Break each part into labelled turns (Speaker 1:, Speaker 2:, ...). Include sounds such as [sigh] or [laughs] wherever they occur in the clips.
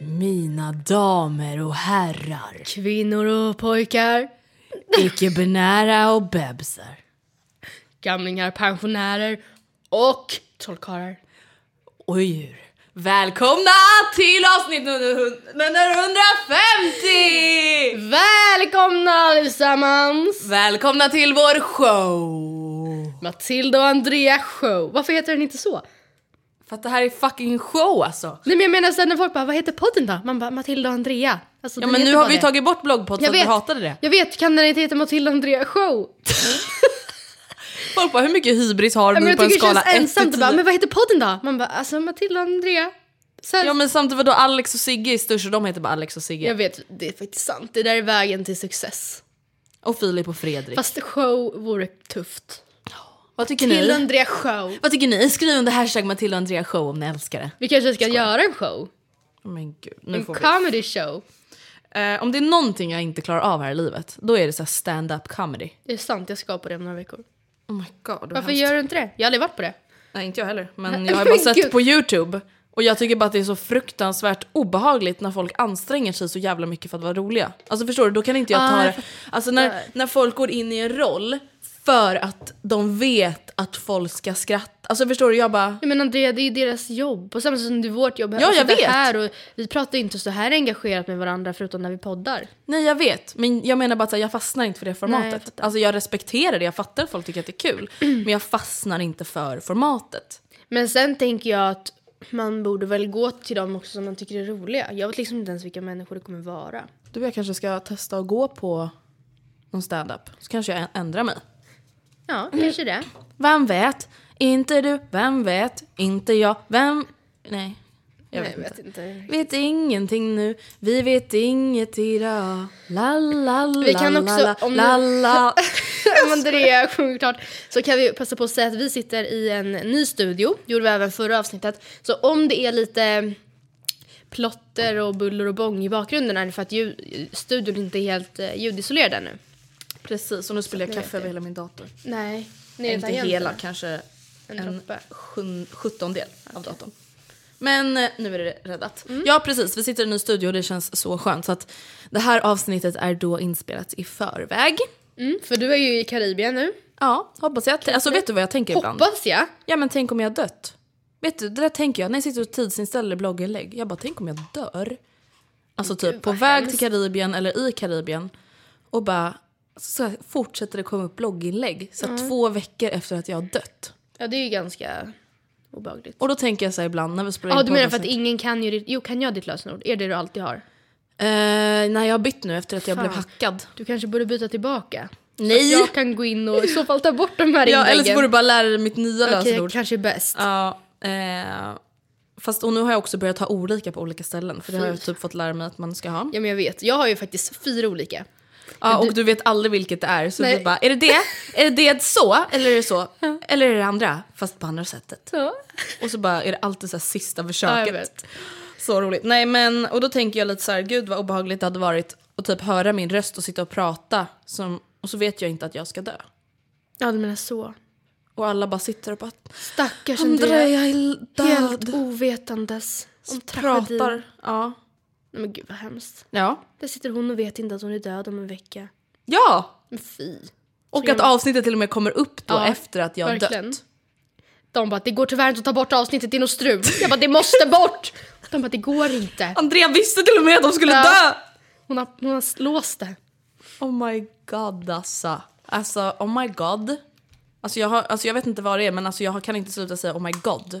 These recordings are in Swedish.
Speaker 1: Mina damer och herrar,
Speaker 2: Kvinnor och pojkar,
Speaker 1: icke-binära och bebisar.
Speaker 2: gamlingar, pensionärer och trollkarlar.
Speaker 1: och djur. Välkomna till avsnitt nummer hun- nummer 150!
Speaker 2: Välkomna allesammans!
Speaker 1: Välkomna till vår show!
Speaker 2: Matilda och Andrea show. Varför heter den inte så?
Speaker 1: För att det här är fucking show alltså.
Speaker 2: Nej men jag menar sen när folk bara, vad heter podden då? Man bara, Matilda och Andrea. Alltså,
Speaker 1: Ja
Speaker 2: den
Speaker 1: men
Speaker 2: heter
Speaker 1: nu har
Speaker 2: bara
Speaker 1: vi
Speaker 2: det.
Speaker 1: tagit bort bloggpodd för att vi hatade det.
Speaker 2: Jag vet, kan den inte heta Matilda och Andrea show?
Speaker 1: Folk bara, hur mycket hybris har
Speaker 2: Ja, men
Speaker 1: du
Speaker 2: jag
Speaker 1: på en
Speaker 2: tycker det
Speaker 1: skala
Speaker 2: känns
Speaker 1: 1 till
Speaker 2: ensamt och bara,
Speaker 1: 10?
Speaker 2: men vad heter podden då? Man bara, alltså Matilda och Andrea. Så här,
Speaker 1: Ja men samtidigt vadå, Alex och Sigge är störst och de heter bara Alex och
Speaker 2: Jag
Speaker 1: Sigge.
Speaker 2: vet, det är faktiskt sant. Det där är vägen till success.
Speaker 1: Och Filip och Fredrik.
Speaker 2: Fast show vore tufft.
Speaker 1: vad tycker
Speaker 2: Matilda och
Speaker 1: ni?
Speaker 2: Andrea show.
Speaker 1: Vad tycker ni? Skriv under hashtag Matilda och Andrea show om ni älskar det.
Speaker 2: Vi kanske ska göra en show.
Speaker 1: Oh, men gud, nu
Speaker 2: En
Speaker 1: får vi
Speaker 2: comedy show.
Speaker 1: Eh, om det är någonting jag inte klarar av här i livet, då är det så här stand-up comedy.
Speaker 2: Det är sant, jag ska på det om några veckor.
Speaker 1: Oh my god,
Speaker 2: Varför gör du inte det? Jag har aldrig varit på det.
Speaker 1: Nej, inte jag heller. [laughs] Men jag har bara
Speaker 2: Men
Speaker 1: sett
Speaker 2: gud.
Speaker 1: på YouTube. Och jag tycker bara att det är så fruktansvärt obehagligt när folk anstränger sig så jävla mycket för att vara roliga. Alltså förstår du, då kan inte jag ta
Speaker 2: Ah,
Speaker 1: det.
Speaker 2: jag
Speaker 1: Alltså när, när folk går in i en roll för att de vet att folk ska skratta. Alltså förstår du, jag bara...
Speaker 2: Nej, men Andrea, det är ju deras jobb. På samma sätt som det är vårt jobb.
Speaker 1: Ja, jag
Speaker 2: sitta
Speaker 1: vet.
Speaker 2: Här och vi pratar ju inte så här engagerat med varandra förutom när vi poddar.
Speaker 1: Nej jag vet, men jag menar bara att så här, jag fastnar inte för det formatet.
Speaker 2: Nej, jag fattar.
Speaker 1: alltså jag respekterar det, jag fattar att folk tycker att det är kul. Men jag fastnar inte för formatet.
Speaker 2: Men sen tänker jag att man borde väl gå till dem också som man tycker är roliga. Jag vet liksom inte ens vilka människor det kommer vara.
Speaker 1: Du, jag kanske ska testa att gå på någon stand-up. Så kanske jag ä- ändrar mig.
Speaker 2: Ja, kanske det.
Speaker 1: Vem vet? Inte du. Vem vet? Inte jag. Vem... Nej. Jag vet, inte.
Speaker 2: [laughs] inte.
Speaker 1: Vet ingenting nu. Vi vet inget idag. La, la, la,
Speaker 2: Vi kan också-
Speaker 1: la,
Speaker 2: om
Speaker 1: la,
Speaker 2: du- [laughs]
Speaker 1: la.
Speaker 2: Om Andrea sjunger klart så kan vi passa på att säga att vi sitter i en ny studio. gjorde vi även förra avsnittet. Så om det är lite plotter och buller och bång i bakgrunden är det för att ljud, studion inte är helt eh, ljudisolerad ännu.
Speaker 1: Precis, och nu spelar jag
Speaker 2: Så att ni
Speaker 1: kaffe
Speaker 2: vet
Speaker 1: över hela min dator.
Speaker 2: Nej,
Speaker 1: Inte hela, kanske
Speaker 2: En
Speaker 1: en
Speaker 2: droppe.
Speaker 1: sjun- sjuttondel av datorn. Men eh, nu är det räddat.
Speaker 2: Mm.
Speaker 1: Ja precis, vi sitter i en ny studio och det känns så skönt. Så att det här avsnittet är då inspelat i förväg.
Speaker 2: Mm, för du är ju i Karibien nu.
Speaker 1: Ja, hoppas jag. Att, alltså vet du vad jag tänker ibland?
Speaker 2: Hoppas jag.
Speaker 1: Ja men tänk om jag dött. Vet du, det där tänker jag när jag sitter och tidsinställer blogginlägg. Jag bara, tänk om jag dör. Alltså typ på väg till Karibien eller i Karibien. Och bara, så här
Speaker 2: Mm.
Speaker 1: fortsätter det komma upp blogginlägg. Så här, två veckor efter att jag har dött.
Speaker 2: Ja, det är ju ganska obehagligt.
Speaker 1: Och då tänker jag så här ibland när vi spelar
Speaker 2: Ja,
Speaker 1: in
Speaker 2: du menar för att
Speaker 1: poddavsnitt.
Speaker 2: ingen kan ju ditt... Jo, kan jag ditt lösenord? Är det du alltid har?
Speaker 1: Eh, nej, jag har bytt nu efter att jag
Speaker 2: Fan.
Speaker 1: blev hackad.
Speaker 2: Du kanske borde byta tillbaka?
Speaker 1: Nej!
Speaker 2: Jag kan gå in och i så fall ta bort de
Speaker 1: [laughs]
Speaker 2: här
Speaker 1: Ja,
Speaker 2: inläggen.
Speaker 1: eller så får du bara lära dig mitt nya
Speaker 2: Okej,
Speaker 1: lösenord.
Speaker 2: kanske bäst.
Speaker 1: Ja, eh, fast och nu har jag också börjat ha olika på olika ställen för det har jag typ fått lära mig att man ska ha.
Speaker 2: Ja, men jag vet. Jag har ju faktiskt fyra olika.
Speaker 1: Ja, och du vet aldrig vilket det är så
Speaker 2: Nej.
Speaker 1: du bara, är det det? Är det det så? Eller är det så? Eller är det andra? Fast på andra sättet. Och så bara är det alltid så här sista
Speaker 2: Ja, jag
Speaker 1: försöket.
Speaker 2: vet.
Speaker 1: Så roligt. Nej men, och då tänker jag lite så här, gud vad obehagligt det hade varit att typ höra min röst och sitta och prata som, och så vet jag inte att jag ska dö.
Speaker 2: Ja, du menar så.
Speaker 1: Och alla bara sitter och bara,
Speaker 2: Stackars
Speaker 1: Andrea
Speaker 2: Andrea.
Speaker 1: jag är
Speaker 2: Helt
Speaker 1: död.
Speaker 2: ovetandes om tragedin.
Speaker 1: Pratar. Ja.
Speaker 2: Nej, men gud vad hemskt.
Speaker 1: Ja.
Speaker 2: Där sitter hon och vet inte att hon är död om en vecka.
Speaker 1: Ja!
Speaker 2: Men fy.
Speaker 1: Och att avsnittet till och med kommer upp då
Speaker 2: Ja,
Speaker 1: efter att jag har
Speaker 2: verkligen.
Speaker 1: dött.
Speaker 2: De bara, det går tyvärr inte att ta bort avsnittet, det är något strul. Jag bara, det måste bort! De bara, det går inte.
Speaker 1: Andrea visste till och med att de skulle
Speaker 2: Ja.
Speaker 1: dö!
Speaker 2: Hon har, hon har låst det.
Speaker 1: Oh my god alltså. Alltså oh my god. Alltså jag, har, alltså jag vet inte vad det är men alltså jag har- kan inte sluta säga oh my god.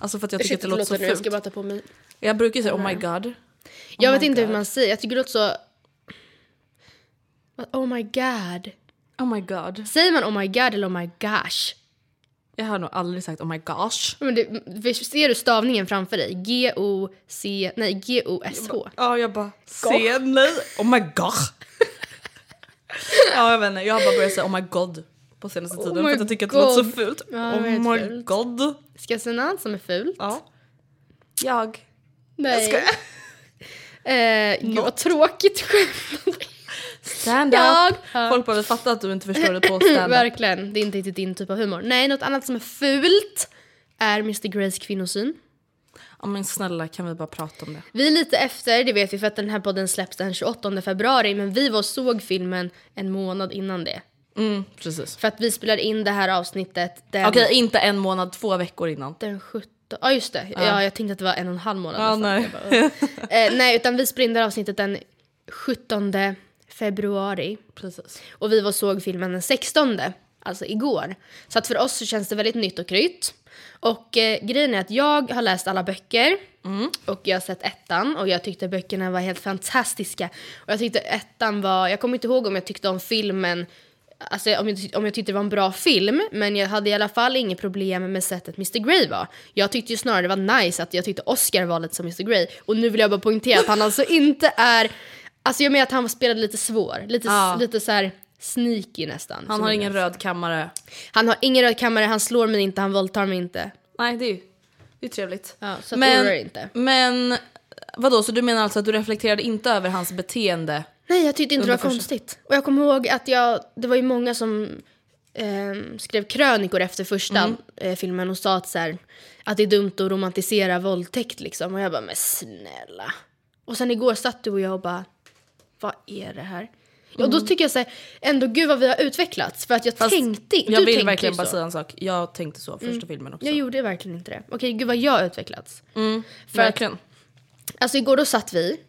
Speaker 1: Alltså för att jag tycker att det låter så
Speaker 2: jag
Speaker 1: fult.
Speaker 2: ska bara
Speaker 1: Jag,
Speaker 2: ta på mig. Oh
Speaker 1: brukar ju säga oh my god.
Speaker 2: Jag
Speaker 1: my
Speaker 2: vet inte hur
Speaker 1: God.
Speaker 2: man säger, jag tycker det låter så... Oh my god.
Speaker 1: Oh my god.
Speaker 2: Säger man oh my god eller oh my gosh?
Speaker 1: Jag har nog aldrig sagt oh my gosh.
Speaker 2: Men det, ser du stavningen framför dig? G-O-C... Nej, G-O-S-H.
Speaker 1: Ja jag bara se nej. Oh my god. ja jag vet inte, jag har bara börjat säga oh my god på senaste tiden
Speaker 2: Oh my
Speaker 1: för att jag tycker att det låter så
Speaker 2: God.
Speaker 1: fult.
Speaker 2: Ja, det
Speaker 1: oh
Speaker 2: var helt
Speaker 1: my
Speaker 2: fult.
Speaker 1: god.
Speaker 2: Ska jag säga något annat som är fult?
Speaker 1: Ja. Jag.
Speaker 2: Nej. Eh, gud vad tråkigt skämt.
Speaker 1: Stand
Speaker 2: Jag.
Speaker 1: up. Folk behöver fatta att du inte förstår
Speaker 2: [laughs]
Speaker 1: det på stand up.
Speaker 2: Verkligen, det är inte riktigt din typ av humor. Nej, något annat som är fult är Mr Greys kvinnosyn.
Speaker 1: Ja men snälla kan vi bara prata om det?
Speaker 2: Vi är lite efter, det vet vi för att den här podden släpps den 28 februari, men vi var och såg filmen en månad innan det. Mm,
Speaker 1: Precis.
Speaker 2: För att vi spelar in det här avsnittet den,
Speaker 1: Okej, inte en månad, två veckor innan.
Speaker 2: den 17... Ja, just det. Ja. jag tänkte att det var en och en halv månad.
Speaker 1: Ja,
Speaker 2: nästan.
Speaker 1: nej.
Speaker 2: [laughs] Eh, nej, utan vi spelar in det här avsnittet den 17 februari.
Speaker 1: Precis.
Speaker 2: Och vi var och såg filmen den 16, alltså igår. Så att för oss så känns det väldigt nytt och krytt. Och eh, grejen är att jag har läst alla böcker. Och jag har sett ettan och jag tyckte böckerna var helt fantastiska. Och jag tyckte ettan var, jag kommer inte ihåg om jag tyckte om filmen, alltså om jag, tyck- om jag tyckte det var en bra film, men jag hade i alla fall inget problem med sättet Mr Grey var. Jag tyckte ju snarare det var nice att jag tyckte Oscar var lite som Mr Grey. Och nu vill jag bara poängtera att
Speaker 1: [laughs]
Speaker 2: han alltså inte är, alltså jag menar att han spelade lite svår, lite,
Speaker 1: Ja.
Speaker 2: lite så här sneaky nästan.
Speaker 1: Han
Speaker 2: Som
Speaker 1: har
Speaker 2: jag-
Speaker 1: ingen röd kammare.
Speaker 2: han har ingen röd kammare, han slår mig inte, han våldtar mig inte.
Speaker 1: Nej, det är ju det är trevligt.
Speaker 2: Ja, så att oroa dig inte.
Speaker 1: Men vadå, så du menar alltså att du reflekterade inte över hans beteende?
Speaker 2: Nej, jag tyckte inte det var
Speaker 1: Under första-
Speaker 2: konstigt. Och jag kommer ihåg att jag, det var ju många som ehm, skrev krönikor efter första
Speaker 1: Mm.
Speaker 2: eh, filmen och sa att, så här, att det är dumt att romantisera våldtäkt liksom. Och jag bara, men snälla. Och sen igår satt du och jag och bara, vad är det här? Ja, Och då tycker jag så här, ändå gud vad vi har utvecklats. För att jag
Speaker 1: Mm. Fast
Speaker 2: tänkte,
Speaker 1: Jag
Speaker 2: du
Speaker 1: vill
Speaker 2: tänkte
Speaker 1: verkligen
Speaker 2: ju
Speaker 1: bara
Speaker 2: så. Mm.
Speaker 1: säga en sak. Jag tänkte så första filmen också.
Speaker 2: Jag gjorde verkligen inte det. Okej, gud vad jag har utvecklats.
Speaker 1: för Mm, verkligen.
Speaker 2: Alltså igår då satt vi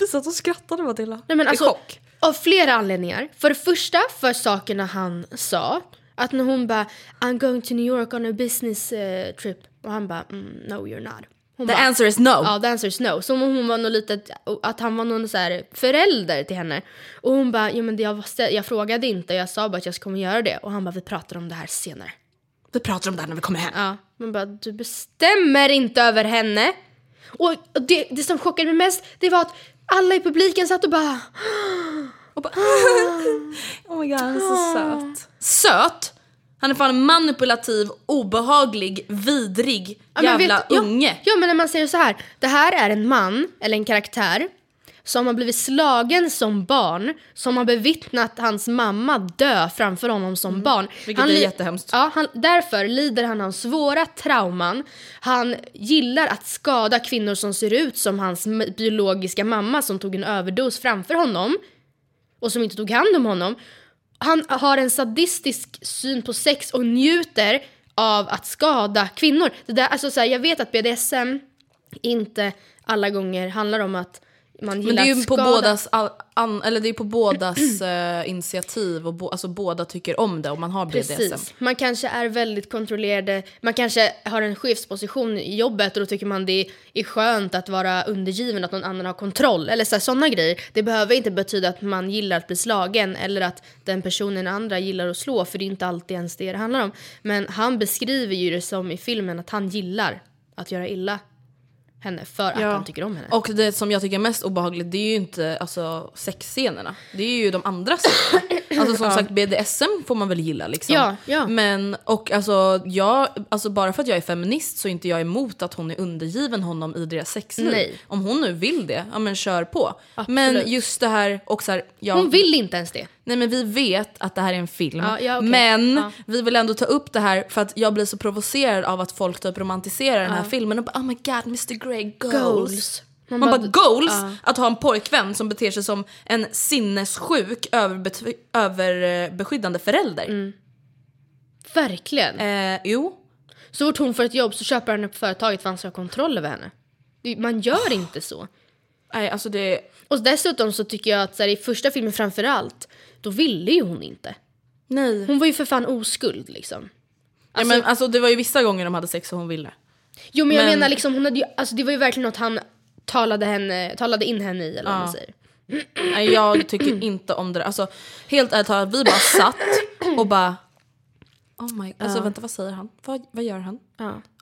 Speaker 1: Vi satt och skrattade Matilda.
Speaker 2: Nej, men
Speaker 1: I
Speaker 2: alltså,
Speaker 1: chock.
Speaker 2: Av flera anledningar. För det första för sakerna han sa. Att när hon bara I'm going to New York on a business eh, trip. Och han bara mm, no you're not. Hon
Speaker 1: The
Speaker 2: bara,
Speaker 1: answer is no.
Speaker 2: Ja, the answer is no. Som om hon var något litet, att han var någon så här förälder till henne. Och hon bara, ja, men det- jag, var stä- jag frågade inte, jag sa bara att jag kommer göra det. Och han bara, vi pratar om det här senare.
Speaker 1: Vi pratar om det här när vi kommer hem.
Speaker 2: Ja, man bara du bestämmer inte över henne. Och och det, det som chockade mig mest, det var att alla i publiken satt och bara
Speaker 1: Och bara, [laughs] oh my god, han är så söt. Söt? Han är fan manipulativ, obehaglig, vidrig
Speaker 2: Ja, men
Speaker 1: jävla
Speaker 2: vet-
Speaker 1: unge.
Speaker 2: Ja, ja men när man säger så här. Det här är en man, eller en karaktär, som har blivit slagen som barn, som har bevittnat hans mamma dö framför honom som barn.
Speaker 1: Mm. vilket är
Speaker 2: li-
Speaker 1: jättehemskt.
Speaker 2: Ja, han, därför lider han av svåra trauman. Han gillar att skada kvinnor som ser ut som hans m- biologiska mamma som tog en överdos framför honom och som inte tog hand om honom. Han har en sadistisk syn på sex och njuter av att skada kvinnor. Det där, alltså så här, jag vet att BDSM inte alla gånger handlar om att man gillar
Speaker 1: Men det är ju
Speaker 2: att
Speaker 1: på
Speaker 2: skada.
Speaker 1: bådas, all, an, eller det är på bådas [clears throat] eh, initiativ och bo, alltså båda tycker om det och man har BDSM.
Speaker 2: Precis. Man kanske är väldigt kontrollerade, man kanske har en chefsposition i jobbet och då tycker man det är skönt att vara undergiven, att någon annan har kontroll. Eller så här, sådana grejer. Det behöver inte betyda att man gillar att bli slagen eller att den personen andra gillar att slå, för det är inte alltid ens det det handlar om. Men han beskriver ju det som i filmen att han gillar att göra illa henne för att han tycker om henne.
Speaker 1: Och det som jag tycker är mest obehagligt det är ju inte alltså, sexscenerna. Det är ju de andra
Speaker 2: [laughs]
Speaker 1: scenerna. Alltså som sagt BDSM får man väl gilla liksom.
Speaker 2: Ja, ja.
Speaker 1: Men och alltså, jag, alltså bara för att jag är feminist så är inte jag emot att hon är undergiven honom i deras sexliv.
Speaker 2: Nej.
Speaker 1: Om hon nu vill det, ja men kör på. Men
Speaker 2: Absolut.
Speaker 1: just det här och så här, ja,
Speaker 2: Hon vill inte ens det.
Speaker 1: Nej men vi vet att det här är en film.
Speaker 2: Ja, ja, okej.
Speaker 1: Men
Speaker 2: Ja.
Speaker 1: vi vill ändå ta upp det här för att jag blir så provocerad av att folk typ romantiserar den här filmen och bara oh my god Mr Grey goals.
Speaker 2: Goals.
Speaker 1: Man,
Speaker 2: Man
Speaker 1: bara,
Speaker 2: bara-
Speaker 1: goals? Att ha en pojkvän som beter sig som en sinnessjuk överbetv- överbeskyddande förälder.
Speaker 2: Mm. Verkligen.
Speaker 1: Eh, jo.
Speaker 2: Så fort hon får ett jobb så köper han upp företaget för han ska ha kontroll över henne. Det- Man gör inte så.
Speaker 1: Nej alltså det...
Speaker 2: Och dessutom så tycker jag att så här, i första filmen framförallt, då ville ju hon inte.
Speaker 1: Nej.
Speaker 2: Hon var ju för fan oskuld liksom.
Speaker 1: ja, men, alltså det var ju vissa gånger de hade sex och hon ville.
Speaker 2: Jo men jag
Speaker 1: Men-
Speaker 2: menar liksom, hon hade ju, alltså, det var ju verkligen något han talade, henne, talade in henne i eller vad man säger.
Speaker 1: Nej jag tycker inte om det där. Alltså helt ärligt talat, vi bara satt och bara... Oh my, alltså vänta vad säger han? Vad, vad gör han?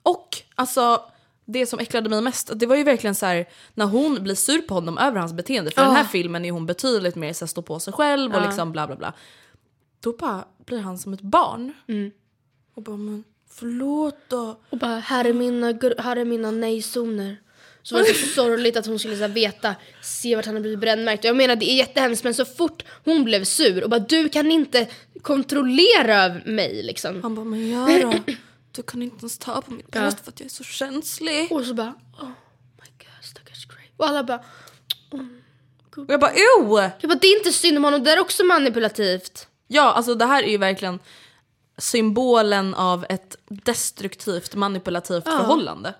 Speaker 1: Och alltså det som äcklade mig mest, det var ju verkligen så här när hon blir sur på honom över hans beteende. För i den här filmen är hon betydligt mer så här, stå på sig själv och liksom bla bla bla. Då bara blir han som ett barn. Och bara men förlåt då.
Speaker 2: Och bara, här är mina, gr- här är mina nej-zoner. Så var det så sorgligt att hon skulle så här, veta, se vart han har blivit brännmärkt. Och Jag menar det är jättehemskt men så fort hon blev sur och bara du kan inte kontrollera mig liksom.
Speaker 1: Han bara men jag då? Du kan inte ens ta på mitt bröst för att jag är så känslig.
Speaker 2: Och så bara, oh my god stackars Grey. Och alla bara,
Speaker 1: Och jag bara ew!
Speaker 2: jag bara det är inte synd om honom, det är också manipulativt.
Speaker 1: Ja, alltså det här är ju verkligen symbolen av ett destruktivt manipulativt förhållande.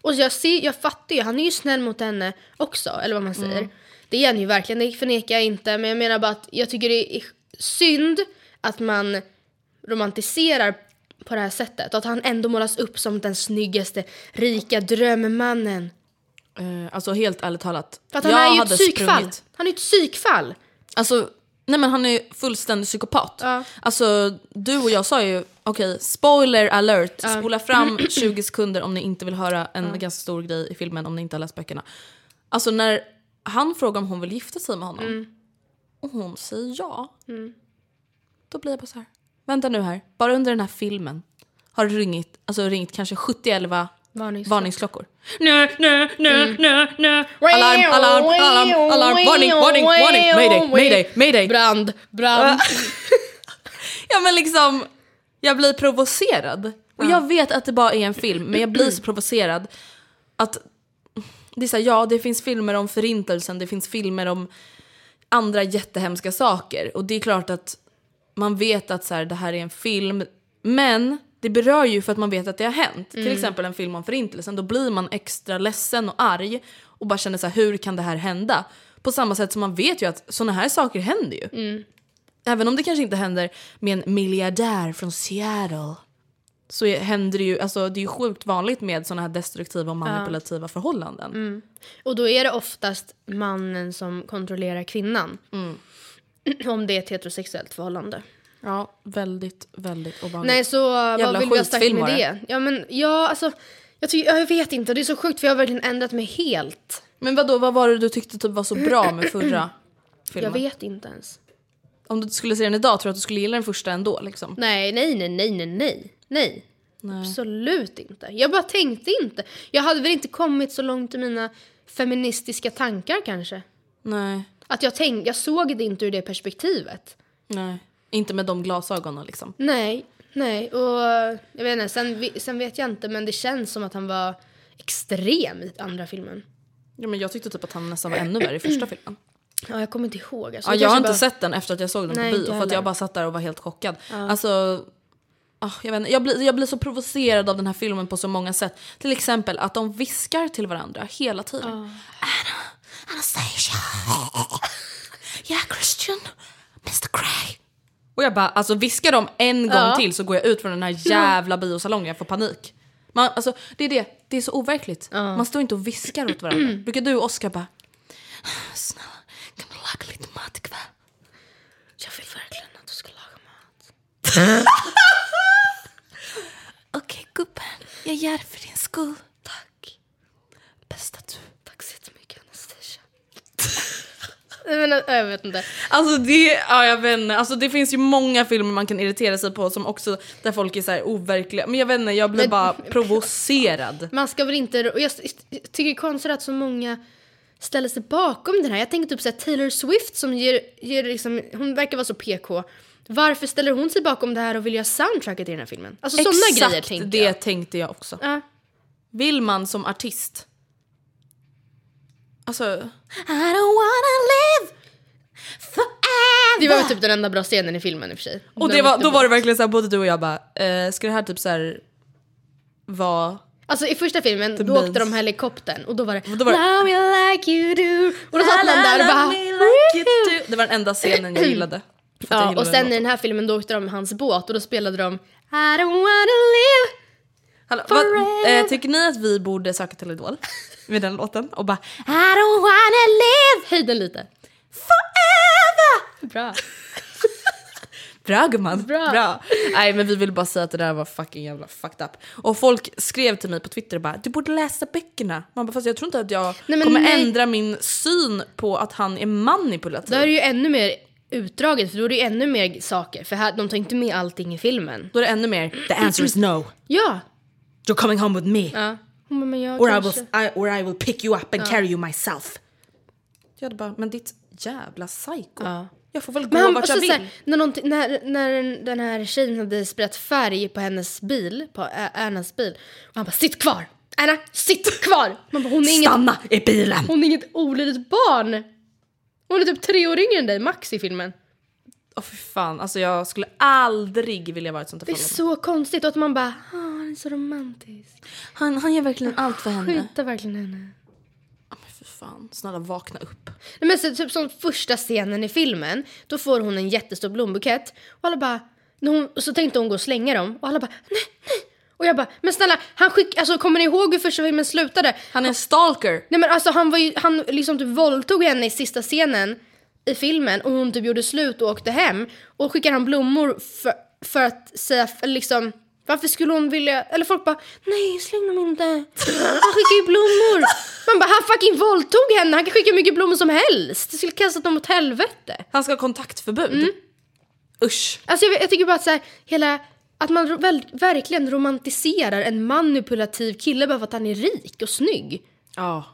Speaker 2: Och jag, ser, jag fattar ju, han är ju snäll mot henne också, eller vad man säger. Det är han ju verkligen, det förnekar jag inte. Men jag menar bara att jag tycker det är synd att man romantiserar på det här sättet. Och att han ändå målas upp som den snyggaste, rika drömmannen.
Speaker 1: Eh, alltså helt ärligt talat.
Speaker 2: För att han är ju ett psykfall. Han är ju ett psykfall.
Speaker 1: Alltså, nej men han är ju fullständig psykopat. Alltså du och jag sa ju, okej spoiler alert, spola fram [clears throat] 20 sekunder om ni inte vill höra en ganska stor grej i filmen om ni inte har läst böckerna. Alltså när han frågar om hon vill gifta sig med honom och hon säger ja. Då blir jag bara så här. vänta nu här, bara under den här filmen har det ringit, alltså ringt kanske 70 11
Speaker 2: Varningsklockor.
Speaker 1: varningsklockor. Nö, nö, nö, nö, nö. Alarm, alarm, alarm, alarm, varning, varning, varning, mayday, mayday, mayday.
Speaker 2: Brand, brand.
Speaker 1: Ja men liksom, jag blir provocerad. Och jag vet att det bara är en film, men jag blir så provocerad. Att, det är så här, ja det finns filmer om förintelsen, det finns filmer om andra jättehemska saker. Och det är klart att man vet att så här, det här är en film, men det berör ju för att man vet att det har hänt. Till exempel en film om förintelsen, då blir man extra ledsen och arg och bara känner så här, hur kan det här hända? På samma sätt som man vet ju att sådana här saker händer ju. Även om det kanske inte händer med en miljardär från Seattle så är- händer det ju, alltså det är ju sjukt vanligt med sådana här destruktiva och manipulativa förhållanden.
Speaker 2: [laughs] Och då är det oftast mannen som kontrollerar kvinnan. [clears throat] Om det är ett heterosexuellt förhållande.
Speaker 1: Ja, väldigt, väldigt obehagligt.
Speaker 2: Nej, så
Speaker 1: Jävla
Speaker 2: vad vill vi ha sagt
Speaker 1: skitfilm
Speaker 2: med
Speaker 1: var det.
Speaker 2: det? Ja, men ja, alltså. Jag, tycker, jag vet inte, det är så sjukt för jag har verkligen ändrat mig helt.
Speaker 1: Men vadå, vad var det du tyckte typ var så bra [clears throat] med förra filmen?
Speaker 2: Jag vet inte ens.
Speaker 1: Om du skulle se den idag, tror du att du skulle gilla den första ändå? Liksom?
Speaker 2: Nej, nej, nej, nej, nej, nej. Nej. Absolut inte. Jag bara tänkte inte. Jag hade väl inte kommit så långt i mina feministiska tankar kanske.
Speaker 1: Nej.
Speaker 2: Att jag, tänk, jag såg det inte ur det perspektivet.
Speaker 1: Nej. Inte med de glasögonen liksom.
Speaker 2: Nej, nej. Och jag vet inte, sen, vi- sen vet jag inte, men det känns som att han var extrem i andra filmen.
Speaker 1: Ja, men jag tyckte typ att han nästan [clears throat] var ännu värre i första filmen.
Speaker 2: Ja, jag kommer inte ihåg. Alltså,
Speaker 1: Ja,
Speaker 2: det
Speaker 1: jag har
Speaker 2: kanske
Speaker 1: inte
Speaker 2: bara-
Speaker 1: sett den efter att jag såg den
Speaker 2: Nej,
Speaker 1: på
Speaker 2: inte
Speaker 1: bio för att
Speaker 2: heller.
Speaker 1: jag bara satt där och var helt chockad. Alltså, ah, jag, vet inte, jag, blir, jag blir så provocerad av den här filmen på så många sätt. Till exempel att de viskar till varandra hela tiden. Anna, Anastasia. Yeah Christian. Mr Grey. Och jag bara, alltså viskar de en gång
Speaker 2: Ja.
Speaker 1: till så går jag ut från den här jävla biosalongen, jag får panik. Man, alltså, det är det, det är så overkligt. Man står inte och viskar åt varandra. Brukar du och Oskar bara, snälla kan du laga lite mat ikväll?
Speaker 2: Jag vill verkligen att du ska laga mat.
Speaker 1: Okej gubben, jag gör det för din skull. Tack. Bästa du.
Speaker 2: Tack så jättemycket Anastasia. jag, menar, eh, jag vet inte.
Speaker 1: Alltså det, ja jag vet inte. Alltså det finns ju många filmer man kan irritera sig på som också, där folk är så här overkliga. Men jag vet inte, jag blir
Speaker 2: Men-
Speaker 1: bara provocerad.
Speaker 2: Man ska väl inte... Och jag tycker det är konstigt att så många ställer sig bakom den här. Jag tänker typ såhär Taylor Swift som ger, ger liksom, hon verkar vara så PK. Varför ställer hon sig bakom det här och vill göra soundtracket i den här filmen? Alltså sådana grejer tänker
Speaker 1: det
Speaker 2: jag.
Speaker 1: tänkte jag också.
Speaker 2: Ja.
Speaker 1: Vill man som artist? Alltså... I don't wanna live forever.
Speaker 2: Det var typ den enda bra scenen i filmen i och för sig.
Speaker 1: och
Speaker 2: När
Speaker 1: det
Speaker 2: de
Speaker 1: var,
Speaker 2: åkte
Speaker 1: då var
Speaker 2: båt.
Speaker 1: det verkligen såhär, både du och jag bara, eh, ska det här typ såhär vara...
Speaker 2: Alltså i första filmen, då
Speaker 1: mains.
Speaker 2: åkte de med helikoptern och då var det
Speaker 1: då var det-
Speaker 2: Love you like you do. Och då satt man där och bara...
Speaker 1: Det var den enda scenen jag gillade. För att jag
Speaker 2: Ja,
Speaker 1: gillade
Speaker 2: och sen
Speaker 1: den
Speaker 2: i den här filmen då åkte de med hans båt och då spelade de I don't wanna live
Speaker 1: Hallå, vad,
Speaker 2: Forever.
Speaker 1: eh, tycker ni att vi borde söka till Idol med den låten och bara
Speaker 2: I don't wanna live! Höj den lite.
Speaker 1: forever?
Speaker 2: Bra.
Speaker 1: [laughs] Bra gumman.
Speaker 2: Bra.
Speaker 1: Nej men vi vill bara säga att det där var fucking jävla fucked up. Och folk skrev till mig på Twitter och bara du borde läsa böckerna. Man bara fast jag tror inte att jag
Speaker 2: Nej, men
Speaker 1: kommer
Speaker 2: nej.
Speaker 1: ändra min syn på att han är manipulativ.
Speaker 2: Då är det ju ännu mer utdraget för då är det ju ännu mer saker för här, de tar inte med allting i filmen.
Speaker 1: Då är det ännu mer the answer is no.
Speaker 2: Ja.
Speaker 1: You're coming home with me.
Speaker 2: ja. Hon bara, men jag
Speaker 1: Or I,
Speaker 2: kanske...
Speaker 1: will, I, or I will pick you up and carry you myself. Jag hade bara, men ditt jävla psyko.
Speaker 2: Ja.
Speaker 1: Jag får väl gå
Speaker 2: Men han,
Speaker 1: vart jag
Speaker 2: alltså,
Speaker 1: vill.
Speaker 2: så här, när, någonting- när, när den- den här tjejen hade sprayat färg på hennes bil, på Ä- Ernas bil, och han bara “sitt kvar! Erna, sitt kvar!” Man bara, hon, är inget,
Speaker 1: Stanna i bilen!
Speaker 2: hon är inget olydigt barn! Hon är typ tre år yngre än dig, max i filmen.
Speaker 1: Åh fy fan, alltså jag skulle aldrig vilja vara i ett sånt här
Speaker 2: Det är
Speaker 1: förhållande.
Speaker 2: så konstigt och att man bara “ah, han är så romantisk,
Speaker 1: Han, han gör verkligen allt för henne.
Speaker 2: skjuta verkligen henne”.
Speaker 1: Ja, men fy fan, snälla vakna upp.
Speaker 2: Nej, men så, typ som första scenen i filmen, då får hon en jättestor blombukett och alla bara, när hon, och så tänkte hon gå och slänga dem och alla bara nej, nej. Och jag bara, men snälla, han skick, alltså kommer ni ihåg hur första filmen slutade?
Speaker 1: Han är en stalker!
Speaker 2: Nej men alltså han var ju, han liksom typ våldtog henne i sista scenen i filmen och hon typ gjorde slut och åkte hem och skickade han blommor för, för att säga för, liksom varför skulle hon vilja, eller folk bara nej släng dem inte, han skickar ju blommor. Man bara han fucking våldtog henne, han kan skicka hur mycket blommor som helst. Det skulle kastat dem åt helvete.
Speaker 1: Han ska ha kontaktförbud. Usch.
Speaker 2: Alltså jag, jag tycker bara att så här, hela, att man ro- väl, verkligen romantiserar en manipulativ kille bara för att han är rik och snygg.
Speaker 1: Ja.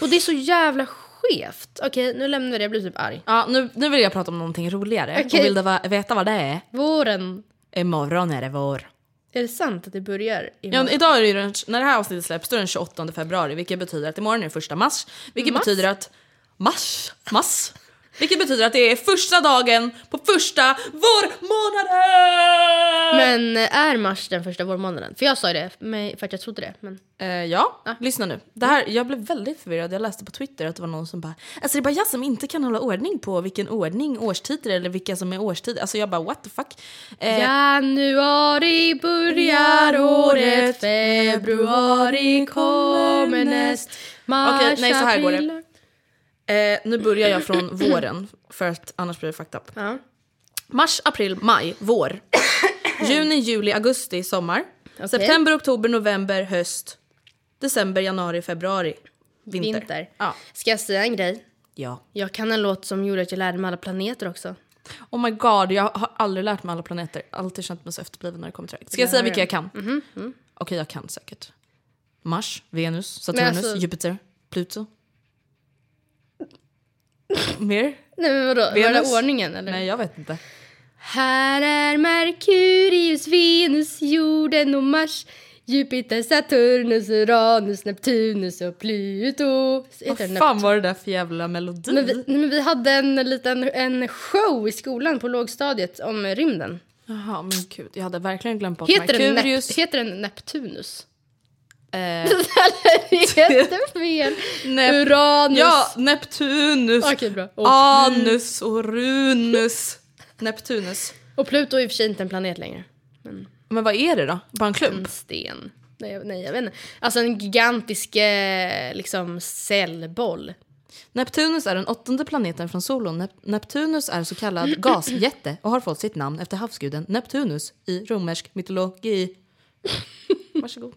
Speaker 2: Och det är så jävla skevt. Okej, nu lämnar vi det. Jag blir typ arg.
Speaker 1: Ja, nu, nu vill jag prata om någonting roligare.
Speaker 2: Okej.
Speaker 1: Och vill du va- veta vad det är?
Speaker 2: Våren.
Speaker 1: Imorgon är det vår.
Speaker 2: Är det sant att det börjar imorgon?
Speaker 1: Ja, idag är det ju den, när det här avsnittet släpps då är det den 28 februari vilket betyder att imorgon är det första mars. Vilket
Speaker 2: Mars?
Speaker 1: betyder att... Mars? Mars? Vilket betyder att det är första dagen på första vårmånaden!
Speaker 2: Men eh, är mars den första vårmånaden? För jag sa ju det, men- för att jag trodde det. Men...
Speaker 1: Eh, ja, lyssna nu. Det här, jag blev väldigt förvirrad. Jag läste på Twitter att det var någon som bara “Alltså det är bara jag som inte kan hålla ordning på vilken ordning årstider eller vilka som är årstider”. Alltså jag bara what the fuck. Eh,
Speaker 2: Januari börjar året, februari kommer näst, mars,
Speaker 1: Okej, nej, så här går det.
Speaker 2: april.
Speaker 1: eh, nu börjar jag från våren för att annars blir det fucked up.
Speaker 2: Ja.
Speaker 1: Mars, april, maj, vår. Juni, juli, augusti, sommar. September, oktober, november, höst. December, januari, februari. Vinter.
Speaker 2: Vinter.
Speaker 1: Ja.
Speaker 2: Ska jag säga en grej?
Speaker 1: ja.
Speaker 2: Jag kan en låt som gjorde att jag lärde mig alla planeter också.
Speaker 1: Oh my god, jag har aldrig lärt mig alla planeter. Alltid känt mig så efterbliven när det kommer till det. Ska jag säga vilka jag kan?
Speaker 2: Mm-hmm,
Speaker 1: Okej, jag kan säkert. Mars, Venus, Saturnus,
Speaker 2: alltså-
Speaker 1: Jupiter, Pluto. Mer?
Speaker 2: Nej men vadå, var det
Speaker 1: Venus?
Speaker 2: ordningen eller?
Speaker 1: Nej, jag vet inte.
Speaker 2: Här är Merkurius, Venus, jorden och Mars Jupiter, Saturnus, Uranus, Neptunus och Pluto
Speaker 1: Vad
Speaker 2: Heter det
Speaker 1: fan
Speaker 2: Nept-
Speaker 1: var det där för jävla melodi?
Speaker 2: men vi, nej, men vi hade en liten en show i skolan på lågstadiet om rymden.
Speaker 1: Jaha, men gud. Jag hade verkligen glömt bort
Speaker 2: Heter den,
Speaker 1: Merkurius. Eh.
Speaker 2: Nep- heter den Neptunus? [laughs] Det är
Speaker 1: [laughs]
Speaker 2: jättefel.
Speaker 1: Nep-
Speaker 2: Uranus.
Speaker 1: Ja, Neptunus.
Speaker 2: Okej, bra. Och,
Speaker 1: Anus och Runus. Neptunus.
Speaker 2: och Pluto är i och för sig inte en planet längre.
Speaker 1: Men vad är det då? Bara en
Speaker 2: En
Speaker 1: klump?
Speaker 2: sten. Nej, jag- nej, jag vet inte. Alltså en gigantisk eh, liksom cellboll.
Speaker 1: Neptunus är den åttonde planeten från solen. Nep- Neptunus är så [clears throat] kallad gasjätte och har fått sitt namn efter havsguden Neptunus i romersk [laughs] mytologi. Varsågod.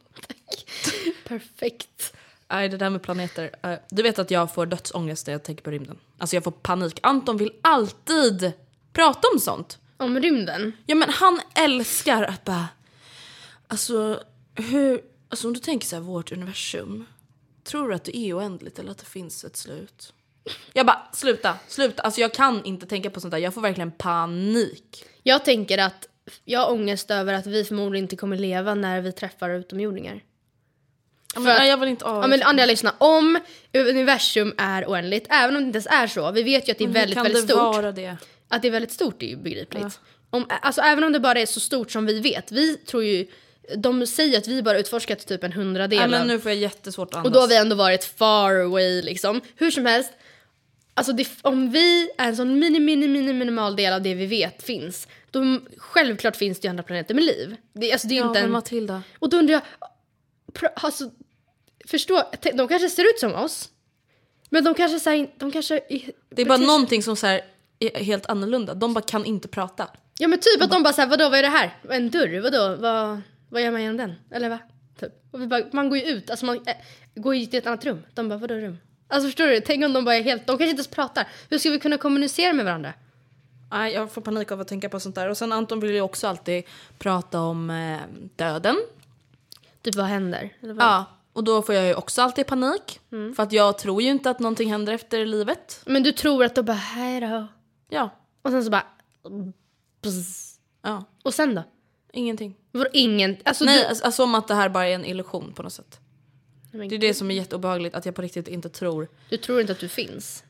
Speaker 2: Perfekt.
Speaker 1: Nej, det där med planeter. eh, Du vet att jag får dödsångest när jag tänker på rymden. Alltså jag får panik. Anton vill alltid prata om sånt.
Speaker 2: Om rymden.
Speaker 1: Ja men han älskar att bara... Alltså hur... Alltså om du tänker så här, vårt universum. Tror du att det är oändligt eller att det finns ett slut? Jag bara sluta, sluta. Alltså jag kan inte tänka på sånt där. Jag får verkligen panik.
Speaker 2: Jag tänker att jag har ångest över att vi förmodligen inte kommer leva när vi träffar utomjordingar.
Speaker 1: Ja, men,
Speaker 2: För att-
Speaker 1: nej, jag vill inte av.
Speaker 2: Ja men Andrea lyssna, om universum är oändligt, även om det inte ens är så, vi vet ju att det är väldigt,
Speaker 1: kan
Speaker 2: väldigt
Speaker 1: det
Speaker 2: stort.
Speaker 1: vara det?
Speaker 2: Att det är väldigt stort är ju begripligt. Om, alltså även om det bara är så stort som vi vet, vi tror ju, de säger att vi bara utforskat typ en hundradel
Speaker 1: Nej,
Speaker 2: av-
Speaker 1: men nu får jag jättesvårt att andas.
Speaker 2: och då har vi ändå varit far away liksom. Hur som helst, alltså det, om vi är en sån mini, mini, mini, minimal del av det vi vet finns, då självklart finns det ju andra planeter med liv. Det, alltså, det är ju
Speaker 1: ja,
Speaker 2: inte
Speaker 1: men
Speaker 2: en,
Speaker 1: Matilda.
Speaker 2: och då undrar jag, pr- alltså, förstå, te- de kanske ser ut som oss, men de kanske, så här, de kanske är-
Speaker 1: Det är bara
Speaker 2: beter sig-
Speaker 1: någonting som så här är helt annorlunda. De bara kan inte prata.
Speaker 2: Ja men typ att de bara såhär, vadå vad är det här? En dörr, vadå? Vad, vad gör man genom den? Eller va? Typ. Och vi bara, man går ju ut, alltså man äh, går ju till ett annat rum. De bara, vadå rum? Alltså förstår du? Tänk om de bara är helt, de kanske inte ens pratar. Hur ska vi kunna kommunicera med varandra?
Speaker 1: Nej, jag får panik av att tänka på sånt där. Och sen Anton vill ju också alltid prata om eh, döden.
Speaker 2: Typ vad händer? Eller vad?
Speaker 1: Ja, och då får jag ju också alltid panik. För att jag tror ju inte att någonting händer efter livet.
Speaker 2: Men du tror att de bara, hej då.
Speaker 1: Ja,
Speaker 2: Och sen så bara,
Speaker 1: ja,
Speaker 2: och sen då?
Speaker 1: ingenting.
Speaker 2: Vadå ingen, alltså
Speaker 1: Nej,
Speaker 2: du,
Speaker 1: alltså, alltså om att det här bara är en illusion på något sätt.
Speaker 2: men
Speaker 1: Det är det som är jätteobehagligt, att jag på riktigt inte tror.
Speaker 2: du tror inte att du finns. Typ.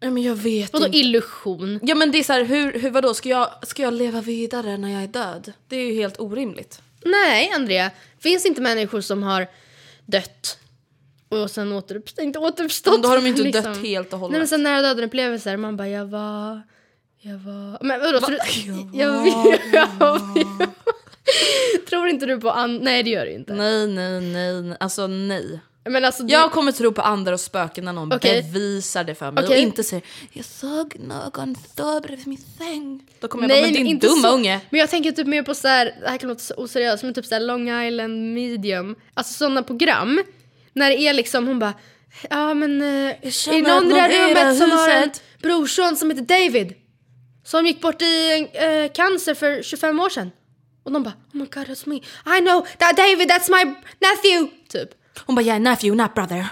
Speaker 1: Ja, men jag vet
Speaker 2: Vadå
Speaker 1: inte.
Speaker 2: illusion?
Speaker 1: Ja men det är så här, hur, hur vadå, ska jag, ska jag leva vidare när jag är död? Det är ju helt orimligt.
Speaker 2: Nej, Andrea. Finns inte människor som har dött och sen återuppst- inte återuppstått? liksom.
Speaker 1: Men då har de inte dött helt och hållet.
Speaker 2: Nej, men sen nära döden-upplevelser. Man bara, jag var... Jag var... Men vadå? tror du, [laughs] jag, var, jag, var- [laughs] Tror inte du på an... Nej, det gör du inte.
Speaker 1: Nej, nej, nej, nej. alltså nej.
Speaker 2: Men alltså, du...
Speaker 1: Jag kommer tro på andar och spöken när någon
Speaker 2: Okej.
Speaker 1: bevisar det för mig
Speaker 2: Okej.
Speaker 1: och inte säger “jag såg någon stå bredvid min säng”. Då kommer
Speaker 2: Nej,
Speaker 1: jag bara “men
Speaker 2: men
Speaker 1: din
Speaker 2: inte
Speaker 1: dumma
Speaker 2: så.
Speaker 1: unge”.
Speaker 2: Men jag tänker typ mer på så här, det här kan låta så oseriöst, men typ så här Long Island medium. Alltså sådana program. När det är liksom, hon bara, ja men eh, är
Speaker 1: känner
Speaker 2: det någon i det
Speaker 1: att någon
Speaker 2: där
Speaker 1: är i det
Speaker 2: rummet
Speaker 1: här
Speaker 2: som har en
Speaker 1: huset?"
Speaker 2: brorson som heter David? Som gick bort i eh, cancer för 25 år sedan. Och de bara, oh my god that's me. I know, that David that's my nephew. Typ.
Speaker 1: Hon bara “yeah, nephew, not brother”.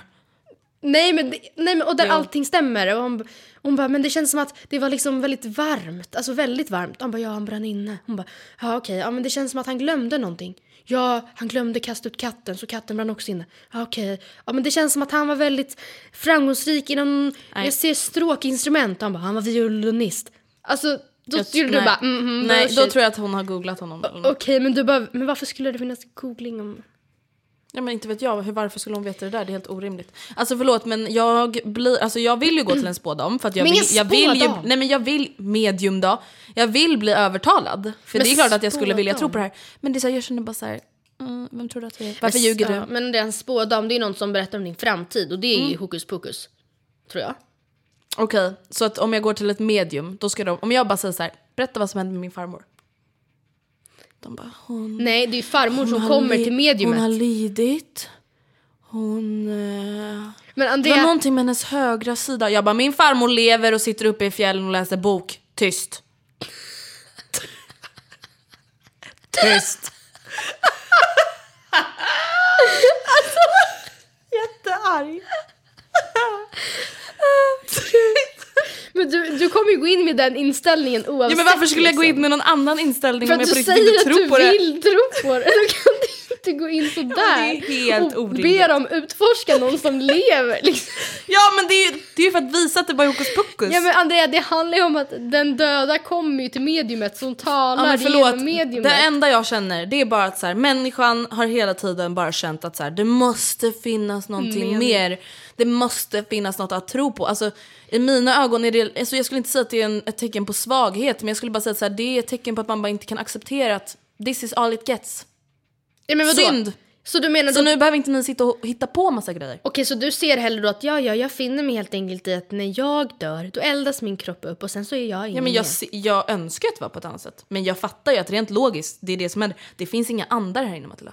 Speaker 2: Nej men, det, nej men och där allting stämmer. Och hon, hon bara, men det känns som att det var liksom väldigt varmt. Alltså väldigt varmt. Han bara, ja han brann inne. Hon bara, ja okej, ja men det känns som att han glömde någonting. Ja, han glömde kasta ut katten så katten brann också inne. Ja okej, ja men det känns som att han var väldigt framgångsrik inom, jag ser stråkinstrument. Han bara, han var violinist. Alltså då
Speaker 1: Jag-
Speaker 2: skulle
Speaker 1: nej.
Speaker 2: du bara, mm
Speaker 1: Nej, då tror jag att hon har googlat honom. eller något.
Speaker 2: Okej, men du bara, men varför skulle det finnas googling om...
Speaker 1: Ja, men inte vet jag, hur, varför skulle hon veta det där? Det är helt orimligt. Alltså förlåt men jag blir, alltså jag vill ju gå till en spådam för att jag
Speaker 2: Men
Speaker 1: vill,
Speaker 2: ingen
Speaker 1: jag vill ju,
Speaker 2: spådam!
Speaker 1: nej men jag vill, medium då, jag vill bli övertalad. För
Speaker 2: Men
Speaker 1: det är klart att jag skulle vilja tro
Speaker 2: spådam.
Speaker 1: på det här. Men det är så här, jag känner bara så här, mm, vem tror du att du är? Varför ljuger
Speaker 2: Ja,
Speaker 1: du?
Speaker 2: men det är en spådam, det är någon som berättar om din framtid och det är
Speaker 1: Mm.
Speaker 2: ju hokus pokus. Tror jag.
Speaker 1: Okej, så att om jag går till ett medium, då ska de, om jag bara säger så här, berätta vad som hände med min farmor. De bara, hon
Speaker 2: Nej, det är ju farmor som
Speaker 1: har
Speaker 2: kommer
Speaker 1: li-
Speaker 2: till
Speaker 1: Hon har
Speaker 2: mediumet.
Speaker 1: lidit. Hon... eh,
Speaker 2: Men
Speaker 1: Det var
Speaker 2: Andrea,
Speaker 1: någonting med hennes högra sida. Jag bara, min farmor lever och sitter uppe i fjällen och läser bok. Tyst. Tyst. Alltså,
Speaker 2: men du, du kommer ju gå in med den inställningen oavsett.
Speaker 1: Ja, men varför skulle jag gå in
Speaker 2: liksom.
Speaker 1: med någon annan inställning
Speaker 2: För
Speaker 1: om
Speaker 2: att
Speaker 1: jag på
Speaker 2: du
Speaker 1: riktigt inte
Speaker 2: säger att
Speaker 1: tror
Speaker 2: du
Speaker 1: på det?
Speaker 2: vill tro på det. [laughs] Då kan du- du går in sådär
Speaker 1: är helt
Speaker 2: och
Speaker 1: orimligt.
Speaker 2: ber dem utforska någon som lever. Liksom.
Speaker 1: Ja men det är ju det är ju för att visa att det bara är hokus pokus.
Speaker 2: Ja men Andrea, det handlar ju om att den döda kommer ju till mediumet som
Speaker 1: Ja,
Speaker 2: talar
Speaker 1: men förlåt,
Speaker 2: genom mediumet.
Speaker 1: det enda jag känner det är bara att så här, människan har hela tiden bara känt att så här, det måste finnas någonting mer. Det måste finnas något att tro på. Alltså, I mina ögon är det, alltså, jag skulle inte säga att det är en, ett tecken på svaghet men jag skulle bara säga att så här, det är ett tecken på att man bara inte kan acceptera att this is all it gets.
Speaker 2: ja, men vadå?
Speaker 1: Synd!
Speaker 2: Så du menar
Speaker 1: Så
Speaker 2: då...
Speaker 1: nu behöver inte ni sitta och hitta på massa grejer.
Speaker 2: Okej, så du ser hellre då att ja, ja, jag finner mig helt enkelt i att när jag dör, då eldas min kropp upp och sen så är jag ingen
Speaker 1: Ja, men jag,
Speaker 2: mer.
Speaker 1: se- jag önskar att det var på ett annat sätt. Men jag fattar ju att rent logiskt, det är det som händer. Det finns inga andar här inne Matilda.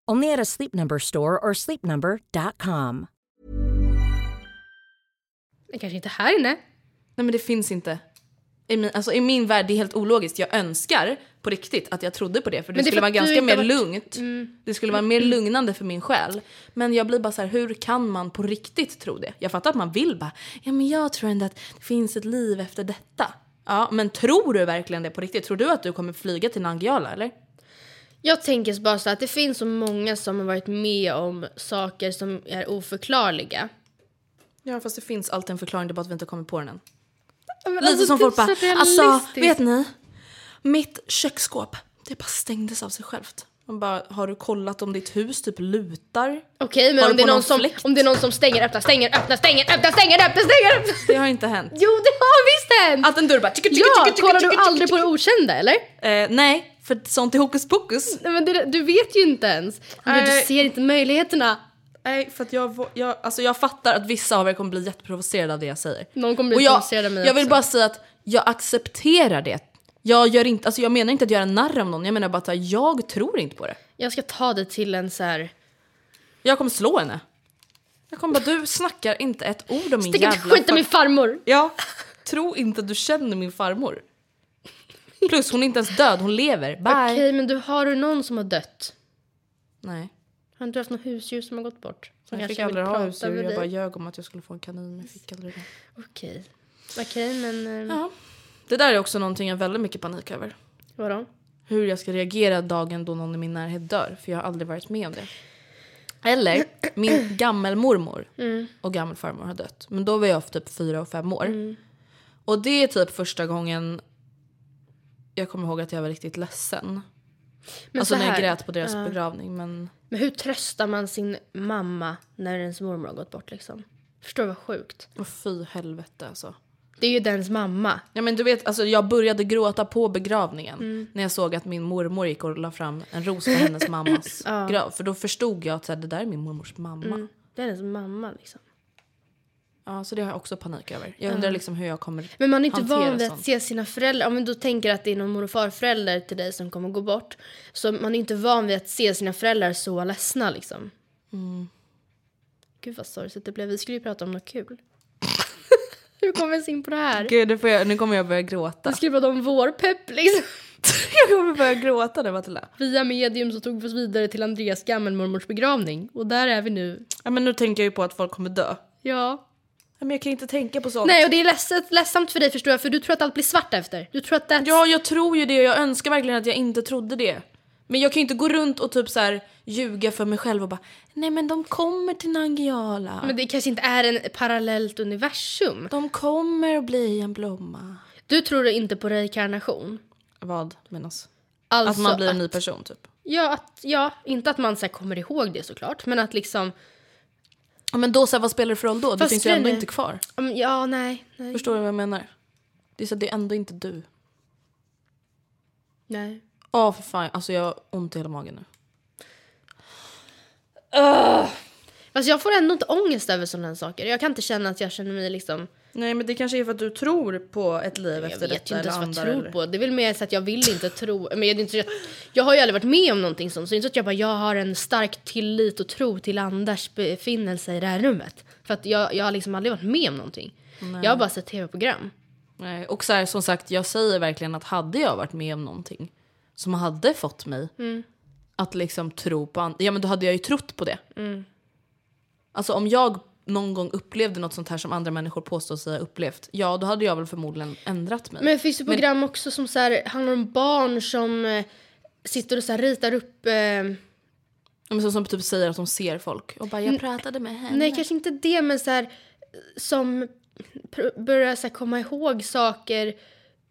Speaker 3: Only at a Sleep Number store or sleepnumber.com.
Speaker 2: Men kanske inte här inne.
Speaker 1: Nej men det finns inte. I min, alltså, I min värld, det är helt ologiskt. Jag önskar på riktigt att jag trodde på det för det,
Speaker 2: Men det är
Speaker 1: skulle
Speaker 2: för
Speaker 1: vara
Speaker 2: att du
Speaker 1: ganska
Speaker 2: inte
Speaker 1: mer
Speaker 2: har varit-
Speaker 1: lugnt. Det skulle vara mer lugnande för min själ. Men jag blir bara så här, hur kan man på riktigt tro det? Jag fattar att man vill bara, ja men jag tror ändå att det finns ett liv efter detta. Ja, men tror du verkligen det på riktigt? Tror du att du kommer flyga till Nangijala eller?
Speaker 2: Jag tänker bara så att det finns så många som har varit med om saker som är oförklarliga.
Speaker 1: Ja fast det finns alltid en förklaring, det är bara att vi inte kommer på den än.
Speaker 2: Men
Speaker 1: Lite
Speaker 2: alltså,
Speaker 1: som
Speaker 2: det är
Speaker 1: folk bara,
Speaker 2: så realistiskt.
Speaker 1: alltså vet ni? Mitt köksskåp, det bara stängdes av sig självt. Man bara, har du kollat om ditt hus typ lutar?
Speaker 2: Okej,
Speaker 1: Har
Speaker 2: men
Speaker 1: du
Speaker 2: om det, är
Speaker 1: på
Speaker 2: någon
Speaker 1: någon
Speaker 2: som,
Speaker 1: fläkt?
Speaker 2: om det är någon som stänger, öppnar, stänger, öppnar, stänger, öppnar, stänger, öppnar, stänger,
Speaker 1: [laughs]
Speaker 2: öppnar.
Speaker 1: Det har inte hänt.
Speaker 2: Jo, det har visst hänt!
Speaker 1: Att en dörr bara... tjicka, tjicka,
Speaker 2: Ja,
Speaker 1: tjicka, tjicka,
Speaker 2: kollar du
Speaker 1: tjicka,
Speaker 2: aldrig på
Speaker 1: tjicka.
Speaker 2: det okända eller?
Speaker 1: Eh, nej, för sånt är hokus pokus.
Speaker 2: Nej, men det, du vet ju inte ens. Du, du
Speaker 1: Nej.
Speaker 2: ser inte möjligheterna.
Speaker 1: Nej, för att jag, vå- jag, alltså jag fattar att vissa av er kommer bli jätteprovocerade av det jag säger.
Speaker 2: Någon kommer bli
Speaker 1: Och jag,
Speaker 2: provocerad av mig
Speaker 1: Jag vill
Speaker 2: också.
Speaker 1: bara säga att jag accepterar det. Jag, gör inte, alltså jag menar inte att göra narr av någon, jag menar bara att så här, jag tror inte på det.
Speaker 2: Jag ska ta dig till en så här...
Speaker 1: Jag kommer slå henne. Jag kommer bara, du snackar inte ett ord om min
Speaker 2: Stick inte
Speaker 1: jävla...
Speaker 2: skjuta min farmor!
Speaker 1: Ja, tro inte att du känner min farmor. Plus hon är inte ens död, hon lever. Bye.
Speaker 2: Okej, men du har du någon som har dött?
Speaker 1: Nej,
Speaker 2: Har inte du haft något husdjur som har gått bort? Som
Speaker 1: jag fick
Speaker 2: kanske vill
Speaker 1: aldrig ha
Speaker 2: prata
Speaker 1: husdjur.
Speaker 2: med
Speaker 1: Jag
Speaker 2: dig? Mm.
Speaker 1: bara ljög om att jag skulle få en kanin, men jag fick aldrig det.
Speaker 2: Okej. Okej, men... ehm,
Speaker 1: Ja. Det där är också någonting jag har väldigt mycket panik över.
Speaker 2: Vadå?
Speaker 1: Hur jag ska reagera dagen då någon i min närhet dör, för jag har aldrig varit med om det. Eller,
Speaker 2: [clears throat]
Speaker 1: min gammelmormor
Speaker 2: Mm.
Speaker 1: och gammelfarmor har dött. Men då var jag typ fyra och fem år.
Speaker 2: Mm.
Speaker 1: Och det är typ första gången jag kommer ihåg att jag var riktigt ledsen.
Speaker 2: Men
Speaker 1: alltså
Speaker 2: så
Speaker 1: när jag
Speaker 2: här,
Speaker 1: grät på deras
Speaker 2: ja.
Speaker 1: begravning. Men
Speaker 2: Men hur tröstar man sin mamma när ens mormor har gått bort liksom? Förstår du vad sjukt?
Speaker 1: och fy helvete alltså.
Speaker 2: Det är ju dens mamma.
Speaker 1: Ja, men du vet, alltså, jag började gråta på begravningen
Speaker 2: Mm.
Speaker 1: när jag såg att min mormor gick och la fram en ros på
Speaker 2: [clears throat]
Speaker 1: hennes mammas grav. För då förstod jag att så här, det där är min mormors mamma.
Speaker 2: Det är dens mamma liksom.
Speaker 1: Ja, så det har jag också panik över. Jag undrar liksom hur jag kommer
Speaker 2: Men man är inte
Speaker 1: hantera
Speaker 2: van vid att
Speaker 1: sånt.
Speaker 2: se sina föräldrar, om du tänker att det är någon mor och farförälder till dig som kommer gå bort. Så man är inte van vid att se sina föräldrar så ledsna liksom.
Speaker 1: Mm.
Speaker 2: Gud vad sorgset det blev, vi skulle ju prata om något kul. [laughs] Hur kom vi ens in på det här?
Speaker 1: Gud, det får jag, nu kommer jag börja gråta.
Speaker 2: [laughs] Vi skulle prata om vår pepp liksom.
Speaker 1: Jag kommer börja gråta nu Matilda.
Speaker 2: Via medium så tog vi oss vidare till Andreas gammelmormors begravning och där är vi nu.
Speaker 1: Ja, men nu tänker jag ju på att folk kommer dö.
Speaker 2: Ja.
Speaker 1: Ja, men jag kan inte tänka på sånt.
Speaker 2: Nej och det är ledsamt, ledsamt för dig förstår jag för du tror att allt blir svart efter. Du tror att det
Speaker 1: Ja, jag tror ju det och jag önskar verkligen att jag inte trodde det. Men jag kan ju inte gå runt och typ så här ljuga för mig själv och bara Nej men de kommer till Nangijala.
Speaker 2: Men det kanske inte är en parallellt universum.
Speaker 1: De kommer att bli en blomma.
Speaker 2: Du tror inte på reinkarnation?
Speaker 1: Vad menas?
Speaker 2: Alltså
Speaker 1: att man blir en ny person typ.
Speaker 2: Ja, att, ja inte att man så här, kommer ihåg det såklart men att liksom...
Speaker 1: Ja, men då så här, vad spelar det för roll då? det
Speaker 2: Fast
Speaker 1: finns ju ändå
Speaker 2: grejen är-
Speaker 1: inte kvar.
Speaker 2: Mm, Ja, nej. Nej.
Speaker 1: Förstår du vad jag menar? Det är så att det är ändå inte du.
Speaker 2: nej.
Speaker 1: Åh för fan, alltså jag har ont i hela magen nu.
Speaker 2: Fast jag får ändå inte ångest över sådana här saker. Jag kan inte känna att jag känner mig liksom...
Speaker 1: Nej men det kanske är för att du tror på ett liv
Speaker 2: Jag vet ju inte ens vad jag tror på. Det är väl mer så att jag vill inte tro. Men jag, det är inte, så att- jag har ju aldrig varit med om någonting sånt. Så det är inte så att jag bara jag har en stark tillit och tro till Anders befinnelse i det här rummet. För att jag, jag har liksom aldrig varit med om någonting. Jag har bara sett tv-program.
Speaker 1: Nej, och så här, som sagt, jag säger verkligen att hade jag varit med om någonting som hade fått mig att liksom tro på andra, ja men då hade jag ju trott på det. Alltså om jag någon gång upplevde något sånt här som andra människor påstår sig ha upplevt, ja då hade jag väl förmodligen ändrat mig.
Speaker 2: Men det finns ju program också som så här, handlar om barn som eh, sitter och så här, ritar upp... Eh,
Speaker 1: Ja, men som, som typ säger att de ser folk och bara jag pratade med henne.
Speaker 2: Mm. Nej, kanske inte det, men så här, som pr- börjar så här, komma ihåg saker.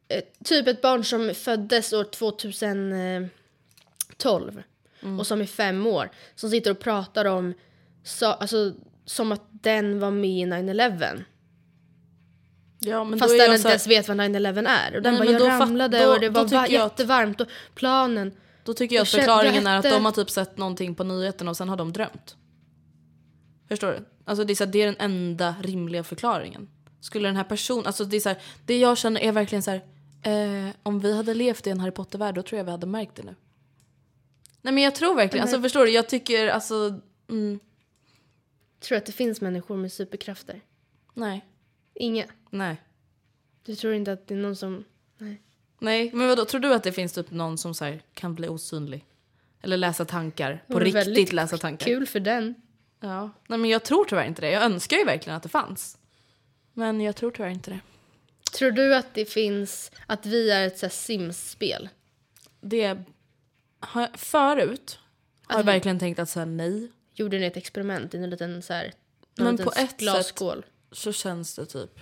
Speaker 2: Eh, typ ett barn som föddes år 2012
Speaker 1: Mm.
Speaker 2: och som är fem år, som sitter och pratar om så, alltså, som att den var med i 9-11.
Speaker 1: ja, men
Speaker 2: Fast
Speaker 1: då är
Speaker 2: den
Speaker 1: jag
Speaker 2: inte
Speaker 1: så här,
Speaker 2: ens vet vad 9-11 är. Och den
Speaker 1: Nej,
Speaker 2: bara,
Speaker 1: men
Speaker 2: jag
Speaker 1: då fatt-
Speaker 2: ramlade
Speaker 1: då-
Speaker 2: och det
Speaker 1: då
Speaker 2: var
Speaker 1: tycker
Speaker 2: va-
Speaker 1: jag att-
Speaker 2: jättevarmt och planen.
Speaker 1: Då tycker jag att
Speaker 2: Jag känner-
Speaker 1: förklaringen
Speaker 2: jag
Speaker 1: är att
Speaker 2: hette-
Speaker 1: de har typ sett någonting på nyheterna och sen har de drömt. Förstår du? Alltså det är, så här, det är den enda rimliga förklaringen. Skulle den här personen, alltså det är så här, det jag känner är verkligen så här, eh, om vi hade levt i en Harry Potter-värld då tror jag vi hade märkt det nu. Nej men jag tror verkligen,
Speaker 2: Mm.
Speaker 1: alltså förstår du, jag tycker alltså, mm,
Speaker 2: Tror du att det finns människor med superkrafter?
Speaker 1: nej,
Speaker 2: Inga.
Speaker 1: nej.
Speaker 2: Du tror inte att det är någon som... Nej.
Speaker 1: Nej, men vadå, tror du att det finns typ någon som så här, kan bli osynlig? Eller läsa tankar, på
Speaker 2: vore
Speaker 1: riktigt
Speaker 2: väldigt
Speaker 1: läsa tankar.
Speaker 2: Kul för den.
Speaker 1: Ja, nej men jag tror tyvärr inte det. Jag önskar ju verkligen att det fanns. Men jag tror tyvärr inte det.
Speaker 2: Tror du att det finns, att vi är ett så här Sims-spel?
Speaker 1: Det har jag, förut har
Speaker 2: Alltså-
Speaker 1: jag verkligen tänkt att säga nej.
Speaker 2: Gjorde ni ett experiment i en liten så här, en
Speaker 1: Men
Speaker 2: liten
Speaker 1: på ett
Speaker 2: glasskål?
Speaker 1: Så känns det typ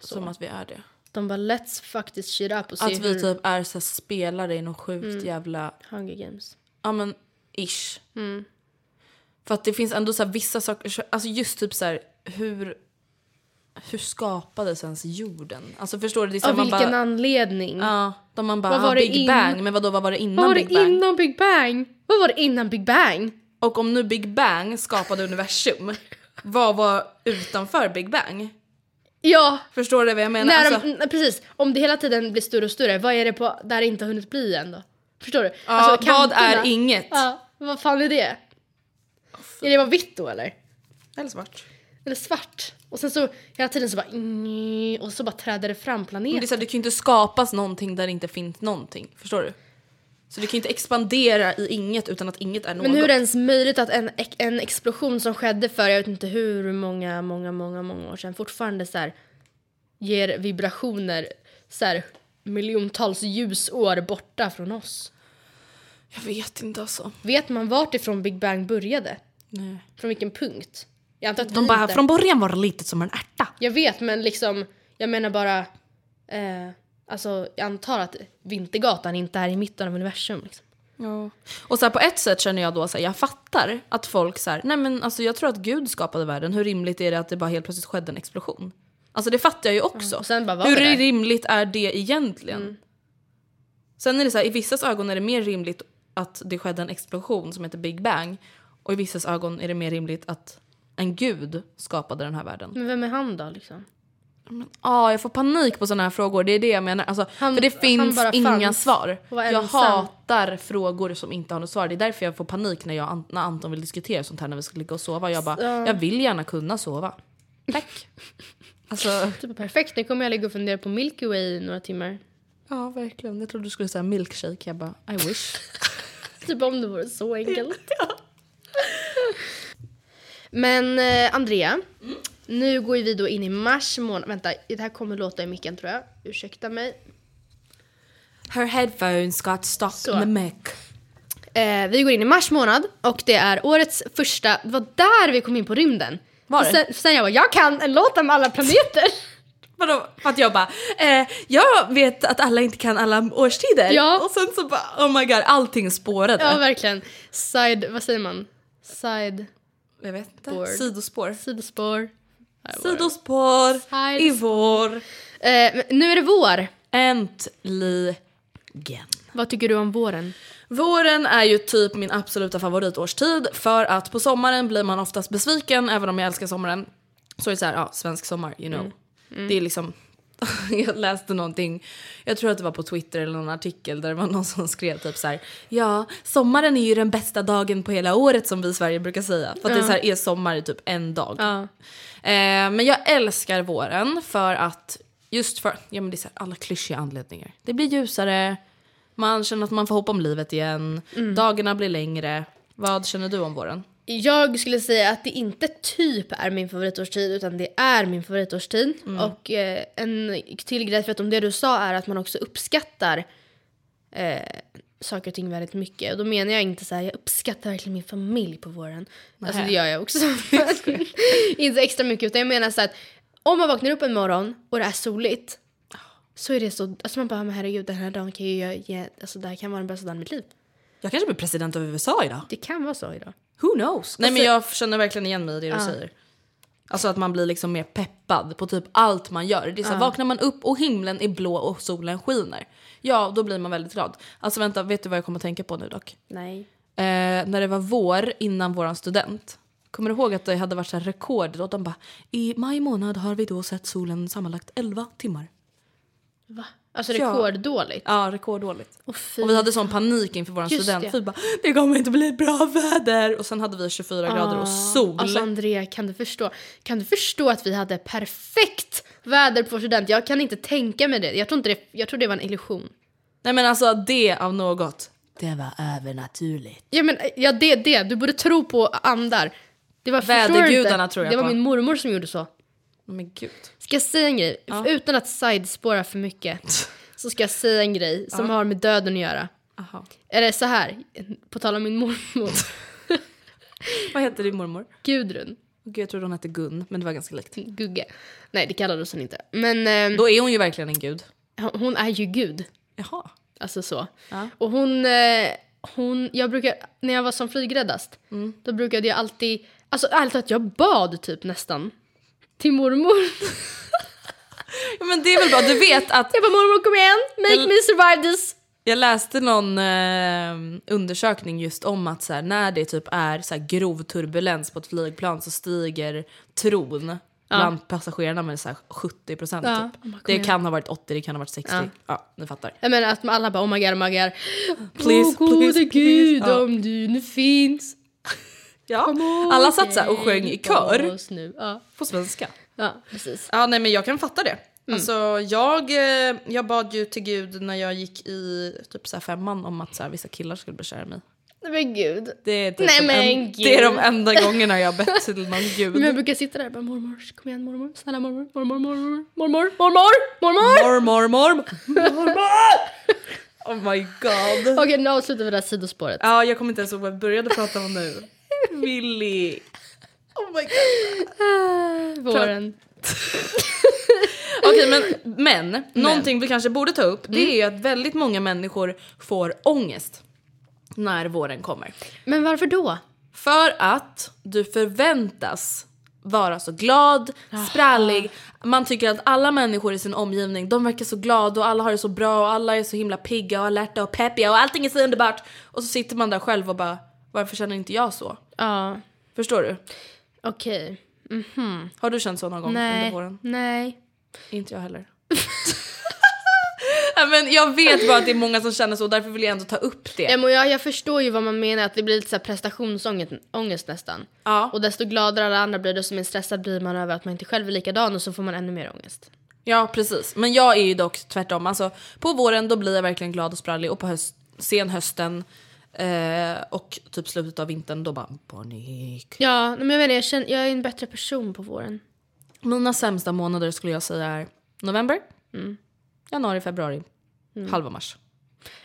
Speaker 1: som att vi är det.
Speaker 2: De bara let's faktiskt shit up och se
Speaker 1: Att vi
Speaker 2: hur Mm.
Speaker 1: typ är så här spelare i något sjukt jävla,
Speaker 2: Hunger Games.
Speaker 1: ja men ish.
Speaker 2: Mm.
Speaker 1: För att det finns ändå så här vissa saker, alltså just typ så här hur, hur skapades ens jorden? Alltså förstår du? Det är så här,
Speaker 2: Av
Speaker 1: man
Speaker 2: vilken
Speaker 1: bara,
Speaker 2: anledning?
Speaker 1: Ja, då man bara
Speaker 2: Vad var
Speaker 1: ah,
Speaker 2: det
Speaker 1: Big
Speaker 2: in-
Speaker 1: Bang, men vadå vad var det innan
Speaker 2: Vad var det
Speaker 1: Big Bang?
Speaker 2: innan Big Bang? Vad var det innan Big Bang?
Speaker 1: Och om nu Big Bang skapade universum, vad var utanför Big Bang?
Speaker 2: Ja,
Speaker 1: Förstår du vad jag menar?
Speaker 2: när de,
Speaker 1: Alltså,
Speaker 2: n- precis. Om det hela tiden blir större och större, vad är det på, där det inte har hunnit bli än då? Förstår du? Alltså,
Speaker 1: ja, vad är inget? Alltså.
Speaker 2: Ja, vad fan är det? Är det bara vitt då eller?
Speaker 1: Eller svart.
Speaker 2: Eller svart. Och sen så hela tiden så bara... mm, Och så bara träder det fram
Speaker 1: Men
Speaker 2: planeten.
Speaker 1: det, är så här, det kan ju inte skapas någonting där det inte finns någonting. Förstår du? Så det kan ju inte expandera i inget utan att inget är något.
Speaker 2: Men hur är det ens möjligt att en, en explosion som skedde för jag vet inte hur många, många, många, många år sedan fortfarande så här ger vibrationer så här miljontals ljusår borta från oss?
Speaker 1: Jag vet inte alltså.
Speaker 2: Vet man vart ifrån Big Bang började?
Speaker 1: Nej.
Speaker 2: Från vilken punkt? Jag antar att
Speaker 1: De
Speaker 2: vi
Speaker 1: bara,
Speaker 2: inte-
Speaker 1: från början var det litet som en ärta.
Speaker 2: Jag vet men liksom, jag menar bara... Eh, alltså jag antar att Vintergatan inte är i mitten av universum liksom.
Speaker 1: Och så här, på ett sätt känner jag då så här, jag fattar att folk så här, nej men alltså jag tror att Gud skapade världen, hur rimligt är det att det bara helt plötsligt skedde en explosion? Alltså det fattar jag ju också.
Speaker 2: och Mm. sen bara, var
Speaker 1: hur
Speaker 2: det? Mm.
Speaker 1: rimligt är det egentligen? Sen är det så här, i vissas ögon är det mer rimligt att det skedde en explosion som heter Big Bang och i vissas ögon är det mer rimligt att en gud skapade den här världen.
Speaker 2: Men vem är han då liksom?
Speaker 1: Ja, jag får panik på sådana här frågor. Det är det jag menar. Alltså,
Speaker 2: Han-
Speaker 1: för det
Speaker 2: han
Speaker 1: finns
Speaker 2: bara
Speaker 1: inga
Speaker 2: fanns
Speaker 1: svar.
Speaker 2: och var
Speaker 1: Jag
Speaker 2: ensam.
Speaker 1: hatar frågor som inte har något svar. Det är därför jag får panik när, jag, när Anton vill diskutera sånt här när vi ska ligga och sova. Jag bara, jag vill gärna kunna sova. Tack. [laughs] Alltså,
Speaker 2: Typ perfekt, nu kommer jag ligga och fundera på Milky Way i några timmar.
Speaker 1: ja verkligen. Jag trodde du skulle säga milkshake. Jag bara, I wish.
Speaker 2: Typ om det vore så enkelt. Men eh, Andrea, nu går ju vi då in i mars månad. Vänta, det här kommer låta i micken tror jag. Ursäkta mig.
Speaker 1: [laughs] Her headphones got stuck in the mic.
Speaker 2: Eh, vi går in i mars månad och det är årets första, det var där vi kom in på rymden.
Speaker 1: Var det?
Speaker 2: Sen, sen jag bara, jag kan en låt om alla planeter.
Speaker 1: Vadå? För att jag bara, eh, jag vet att alla inte kan alla årstider.
Speaker 2: Ja.
Speaker 1: Och sen så bara, oh my god, allting spårade.
Speaker 2: ja verkligen. Side, vad säger man? Side,
Speaker 1: jag vet inte.
Speaker 2: Spår.
Speaker 1: Sidospår.
Speaker 2: sidospår.
Speaker 1: Sidospår i
Speaker 2: Sidospår.
Speaker 1: vår.
Speaker 2: Eh, men nu är det vår.
Speaker 1: Äntligen.
Speaker 2: Vad tycker du om våren?
Speaker 1: Våren är ju typ min absoluta favoritårstid för att på sommaren blir man oftast besviken även om jag älskar sommaren. Så är det så här, ja, svensk sommar, you know. Det är liksom, [laughs] jag läste någonting, jag tror att det var på Twitter eller någon artikel där det var någon som skrev typ så här, ja, sommaren är ju den bästa dagen på hela året som vi i Sverige brukar säga. För att det är så här, är sommar i typ en dag. Eh, men jag älskar våren för att, just för, ja men det är så här, alla klyschiga anledningar. Det blir ljusare, man känner att man får hopp om livet igen, dagarna blir längre. Vad känner du om våren?
Speaker 2: Jag skulle säga att det inte typ är min favoritårstid utan det är min favoritårstid. Och eh, en till grej för att om det du sa är att man också uppskattar eh, saker och ting väldigt mycket. Och då menar jag inte så här, jag uppskattar verkligen min familj på våren. Alltså det gör jag också. [laughs] inte så extra mycket utan jag menar så här att om man vaknar upp en morgon och det är soligt så är det så, alltså man bara men herregud den här dagen kan ju jag ge, alltså det här kan vara den bästa dagen i mitt liv.
Speaker 1: Jag kanske blir president av USA idag.
Speaker 2: Det kan vara så idag.
Speaker 1: Who knows? Nej men
Speaker 2: Alltså-
Speaker 1: jag känner verkligen igen mig i det
Speaker 2: Ah.
Speaker 1: du säger. Alltså att man blir liksom mer peppad på typ allt man gör. Det är så här,
Speaker 2: Ah.
Speaker 1: Vaknar man upp och himlen är blå och solen skiner, ja då blir man väldigt glad. Alltså vänta, vet du vad jag kommer att tänka på nu dock?
Speaker 2: Nej.
Speaker 1: eh, när det var vår innan våran student. Kommer du ihåg att det hade varit så här rekord? Och de bara, i maj månad har vi då sett solen sammanlagt 11 timmar.
Speaker 2: Alltså
Speaker 1: Ja.
Speaker 2: rekorddåligt.
Speaker 1: Ja, rekorddåligt.
Speaker 2: Åh, fy.
Speaker 1: Och vi hade sån panik inför våran
Speaker 2: Just
Speaker 1: student.
Speaker 2: det.
Speaker 1: Vi bara, det kommer inte bli bra väder. Och sen hade vi 24 grader och sol.
Speaker 2: Alltså Andrea, kan du förstå? Kan du förstå att vi hade perfekt väder på vår student? Jag kan inte tänka mig det. Jag tror, inte det, jag tror det var en illusion.
Speaker 1: Nej men alltså det av något. Det var övernaturligt.
Speaker 2: Ja, men, ja det, det. Du borde tro på andar. Det var, förstår du inte?
Speaker 1: Vädergudarna tror jag
Speaker 2: Det var
Speaker 1: på.
Speaker 2: min mormor som gjorde så.
Speaker 1: Men [laughs] gud.
Speaker 2: Ska jag säga en grej? Utan att sidespåra för mycket. Så ska jag säga en grej som har med döden att göra.
Speaker 1: Aha.
Speaker 2: Eller så här, på tal om min mormor. [laughs]
Speaker 1: Vad heter din mormor?
Speaker 2: Gudrun.
Speaker 1: Gud, jag trodde hon hette Gun, men det var ganska likt.
Speaker 2: Gugge. Nej, det kallades hon inte. Men ehm,
Speaker 1: Då är hon ju verkligen en gud.
Speaker 2: hon är ju gud.
Speaker 1: Jaha.
Speaker 2: Alltså så. Och hon, eh, hon, jag brukar, när jag var som flygräddast,
Speaker 1: Mm.
Speaker 2: då brukade jag alltid, alltså ärligt talat jag bad typ nästan. Till mormor. [laughs]
Speaker 1: Ja, men det är väl bra, du vet att
Speaker 2: Jag bara mormor kom igen, make me survive this.
Speaker 1: Jag läste någon eh, undersökning just om att så här, när det typ är så här, grov turbulens på ett flygplan så stiger tron bland passagerarna med så här, 70 procent.
Speaker 2: Ja.
Speaker 1: Typ.
Speaker 2: Oh my God,
Speaker 1: det
Speaker 2: igen.
Speaker 1: kan ha varit 80, det kan ha varit 60. Ja, ni fattar.
Speaker 2: Jag menar att alla bara oh my god, oh my god.
Speaker 1: Please,
Speaker 2: Åh gode
Speaker 1: please,
Speaker 2: gud
Speaker 1: please. Ja.
Speaker 2: om du nu finns.
Speaker 1: Ja.
Speaker 2: Åh,
Speaker 1: Alla satt så här och sjöng i
Speaker 2: hjälp
Speaker 1: kör
Speaker 2: oss Nu. Ja.
Speaker 1: på svenska.
Speaker 2: ja, precis.
Speaker 1: Ja, nej men jag kan fatta det.
Speaker 2: Mm.
Speaker 1: Alltså, jag, eh, jag bad ju till gud när jag gick i typ så här femman om att så här, vissa killar skulle bli kära i mig.
Speaker 2: Nej men gud.
Speaker 1: Det är, typ
Speaker 2: Nej,
Speaker 1: de
Speaker 2: men
Speaker 1: en,
Speaker 2: gud.
Speaker 1: det är de enda gångerna jag har bett till någon gud.
Speaker 2: Men jag brukar sitta där och bara mormor, kom igen mormor, snälla mormor, mormor, mormor, mormor, mormor, mormor.
Speaker 1: Mormor, mormor, mormor! Oh my god.
Speaker 2: Okej nu avslutar vi det här sidospåret.
Speaker 1: Ja, jag kommer inte ens ihåg vad vi började prata om nu. Willy. Oh my god.
Speaker 2: Våren.
Speaker 1: Okej, men, men, någonting vi kanske borde ta upp
Speaker 2: Mm.
Speaker 1: det är ju att väldigt många människor får ångest när våren kommer.
Speaker 2: Men varför då?
Speaker 1: För att du förväntas vara så glad, sprallig. Man tycker att alla människor i sin omgivning de verkar så glada och alla har det så bra och alla är så himla pigga och alerta och peppiga och allting är så underbart. Och så sitter man där själv och bara varför känner inte jag så?
Speaker 2: Ja,
Speaker 1: Förstår du?
Speaker 2: okej.
Speaker 1: Har du känt så någon gång under
Speaker 2: Nej.
Speaker 1: våren?
Speaker 2: Nej.
Speaker 1: Inte jag heller. [laughs] Nej, men jag vet bara att det är många som känner så och därför vill jag ändå ta upp det.
Speaker 2: Ja, men jag, jag förstår ju vad man menar, att det blir lite så här prestationsångest ångest nästan.
Speaker 1: Ja.
Speaker 2: Och desto gladare alla andra blir, desto mer stressad blir man över att man inte själv är likadan och så får man ännu mer ångest.
Speaker 1: Ja precis, men jag är ju dock tvärtom. Alltså, på våren då blir jag verkligen glad och sprallig och på höst, sen hösten eh, och typ slutet av vintern då bara panik.
Speaker 2: Ja, nej, men jag menar, jag, känner, jag är en bättre person på våren.
Speaker 1: Mina sämsta månader skulle jag säga är november, januari, februari, halva mars.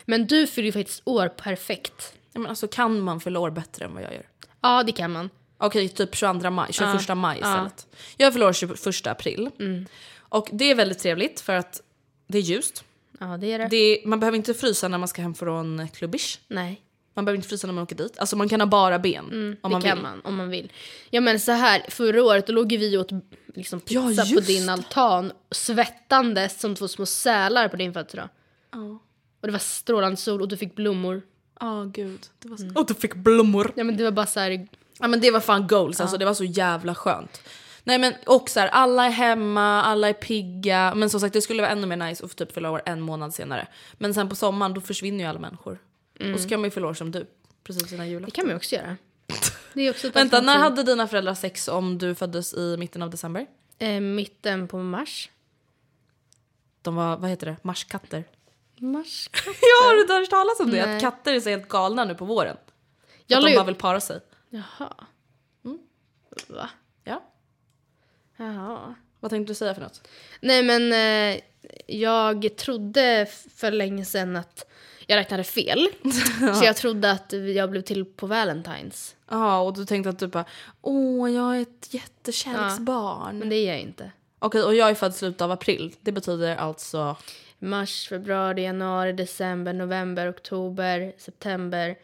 Speaker 2: Men du fyller ju faktiskt år perfekt.
Speaker 1: Ja, men alltså, kan man fylla år bättre än vad jag gör?
Speaker 2: Ja, det kan man.
Speaker 1: Okej, typ 22 maj, 21 maj istället. Jag fyller år 21 april. Och det är väldigt trevligt för att det är ljust.
Speaker 2: Ja, det är det.
Speaker 1: Det är, man behöver inte frysa när man ska hem från klubbish.
Speaker 2: Nej,
Speaker 1: Man behöver inte frysa när man åker dit. Alltså man kan ha bara ben om
Speaker 2: det
Speaker 1: Mm, man
Speaker 2: kan
Speaker 1: vill.
Speaker 2: man om man vill. Ja, men så här, förra året då låg ju vi och åt liksom, pizza
Speaker 1: Ja,
Speaker 2: på
Speaker 1: just
Speaker 2: din
Speaker 1: det.
Speaker 2: altan svettandes som två små sälar på din födelsedag. Och det var strålande sol och du fick blommor.
Speaker 1: Ja, gud. Det var så... Och du fick blommor.
Speaker 2: Ja, men det var bara så här,
Speaker 1: Ja men det var fan goals alltså, det var så jävla skönt. Nej men och så här, alla är hemma, alla är pigga. Men som sagt det skulle vara ännu mer nice att få typ fylla år en månad senare. Men sen på sommaren då försvinner ju alla människor. Och så kan man ju fylla år som du, precis innan julen.
Speaker 2: det kan man ju också göra. Det är också
Speaker 1: [laughs]
Speaker 2: ett
Speaker 1: Vänta, när
Speaker 2: alternativ.
Speaker 1: hade dina föräldrar sex om du föddes i mitten av december?
Speaker 2: Eh, mitten på mars.
Speaker 1: De var, vad heter det, marskatter?
Speaker 2: Mars?
Speaker 1: [laughs] Ja, har du inte hört talas om det?
Speaker 2: Nej.
Speaker 1: Att katter är så helt galna nu på våren.
Speaker 2: Jag
Speaker 1: att
Speaker 2: la
Speaker 1: de
Speaker 2: ju-
Speaker 1: bara vill para sig.
Speaker 2: Jaha. Mm. Va?
Speaker 1: Ja.
Speaker 2: Jaha.
Speaker 1: Vad tänkte du säga för något?
Speaker 2: Nej men eh, jag trodde för länge sedan att jag
Speaker 1: [laughs]
Speaker 2: räknade fel. så jag trodde att jag blev till på Valentine's.
Speaker 1: Ja, och du tänkte att du bara åh, jag är ett jättekärleksbarn.
Speaker 2: Men det är jag inte.
Speaker 1: Okej, och jag är född slutet av april. Det betyder alltså...
Speaker 2: Mars, februari, januari, december, november, oktober, september,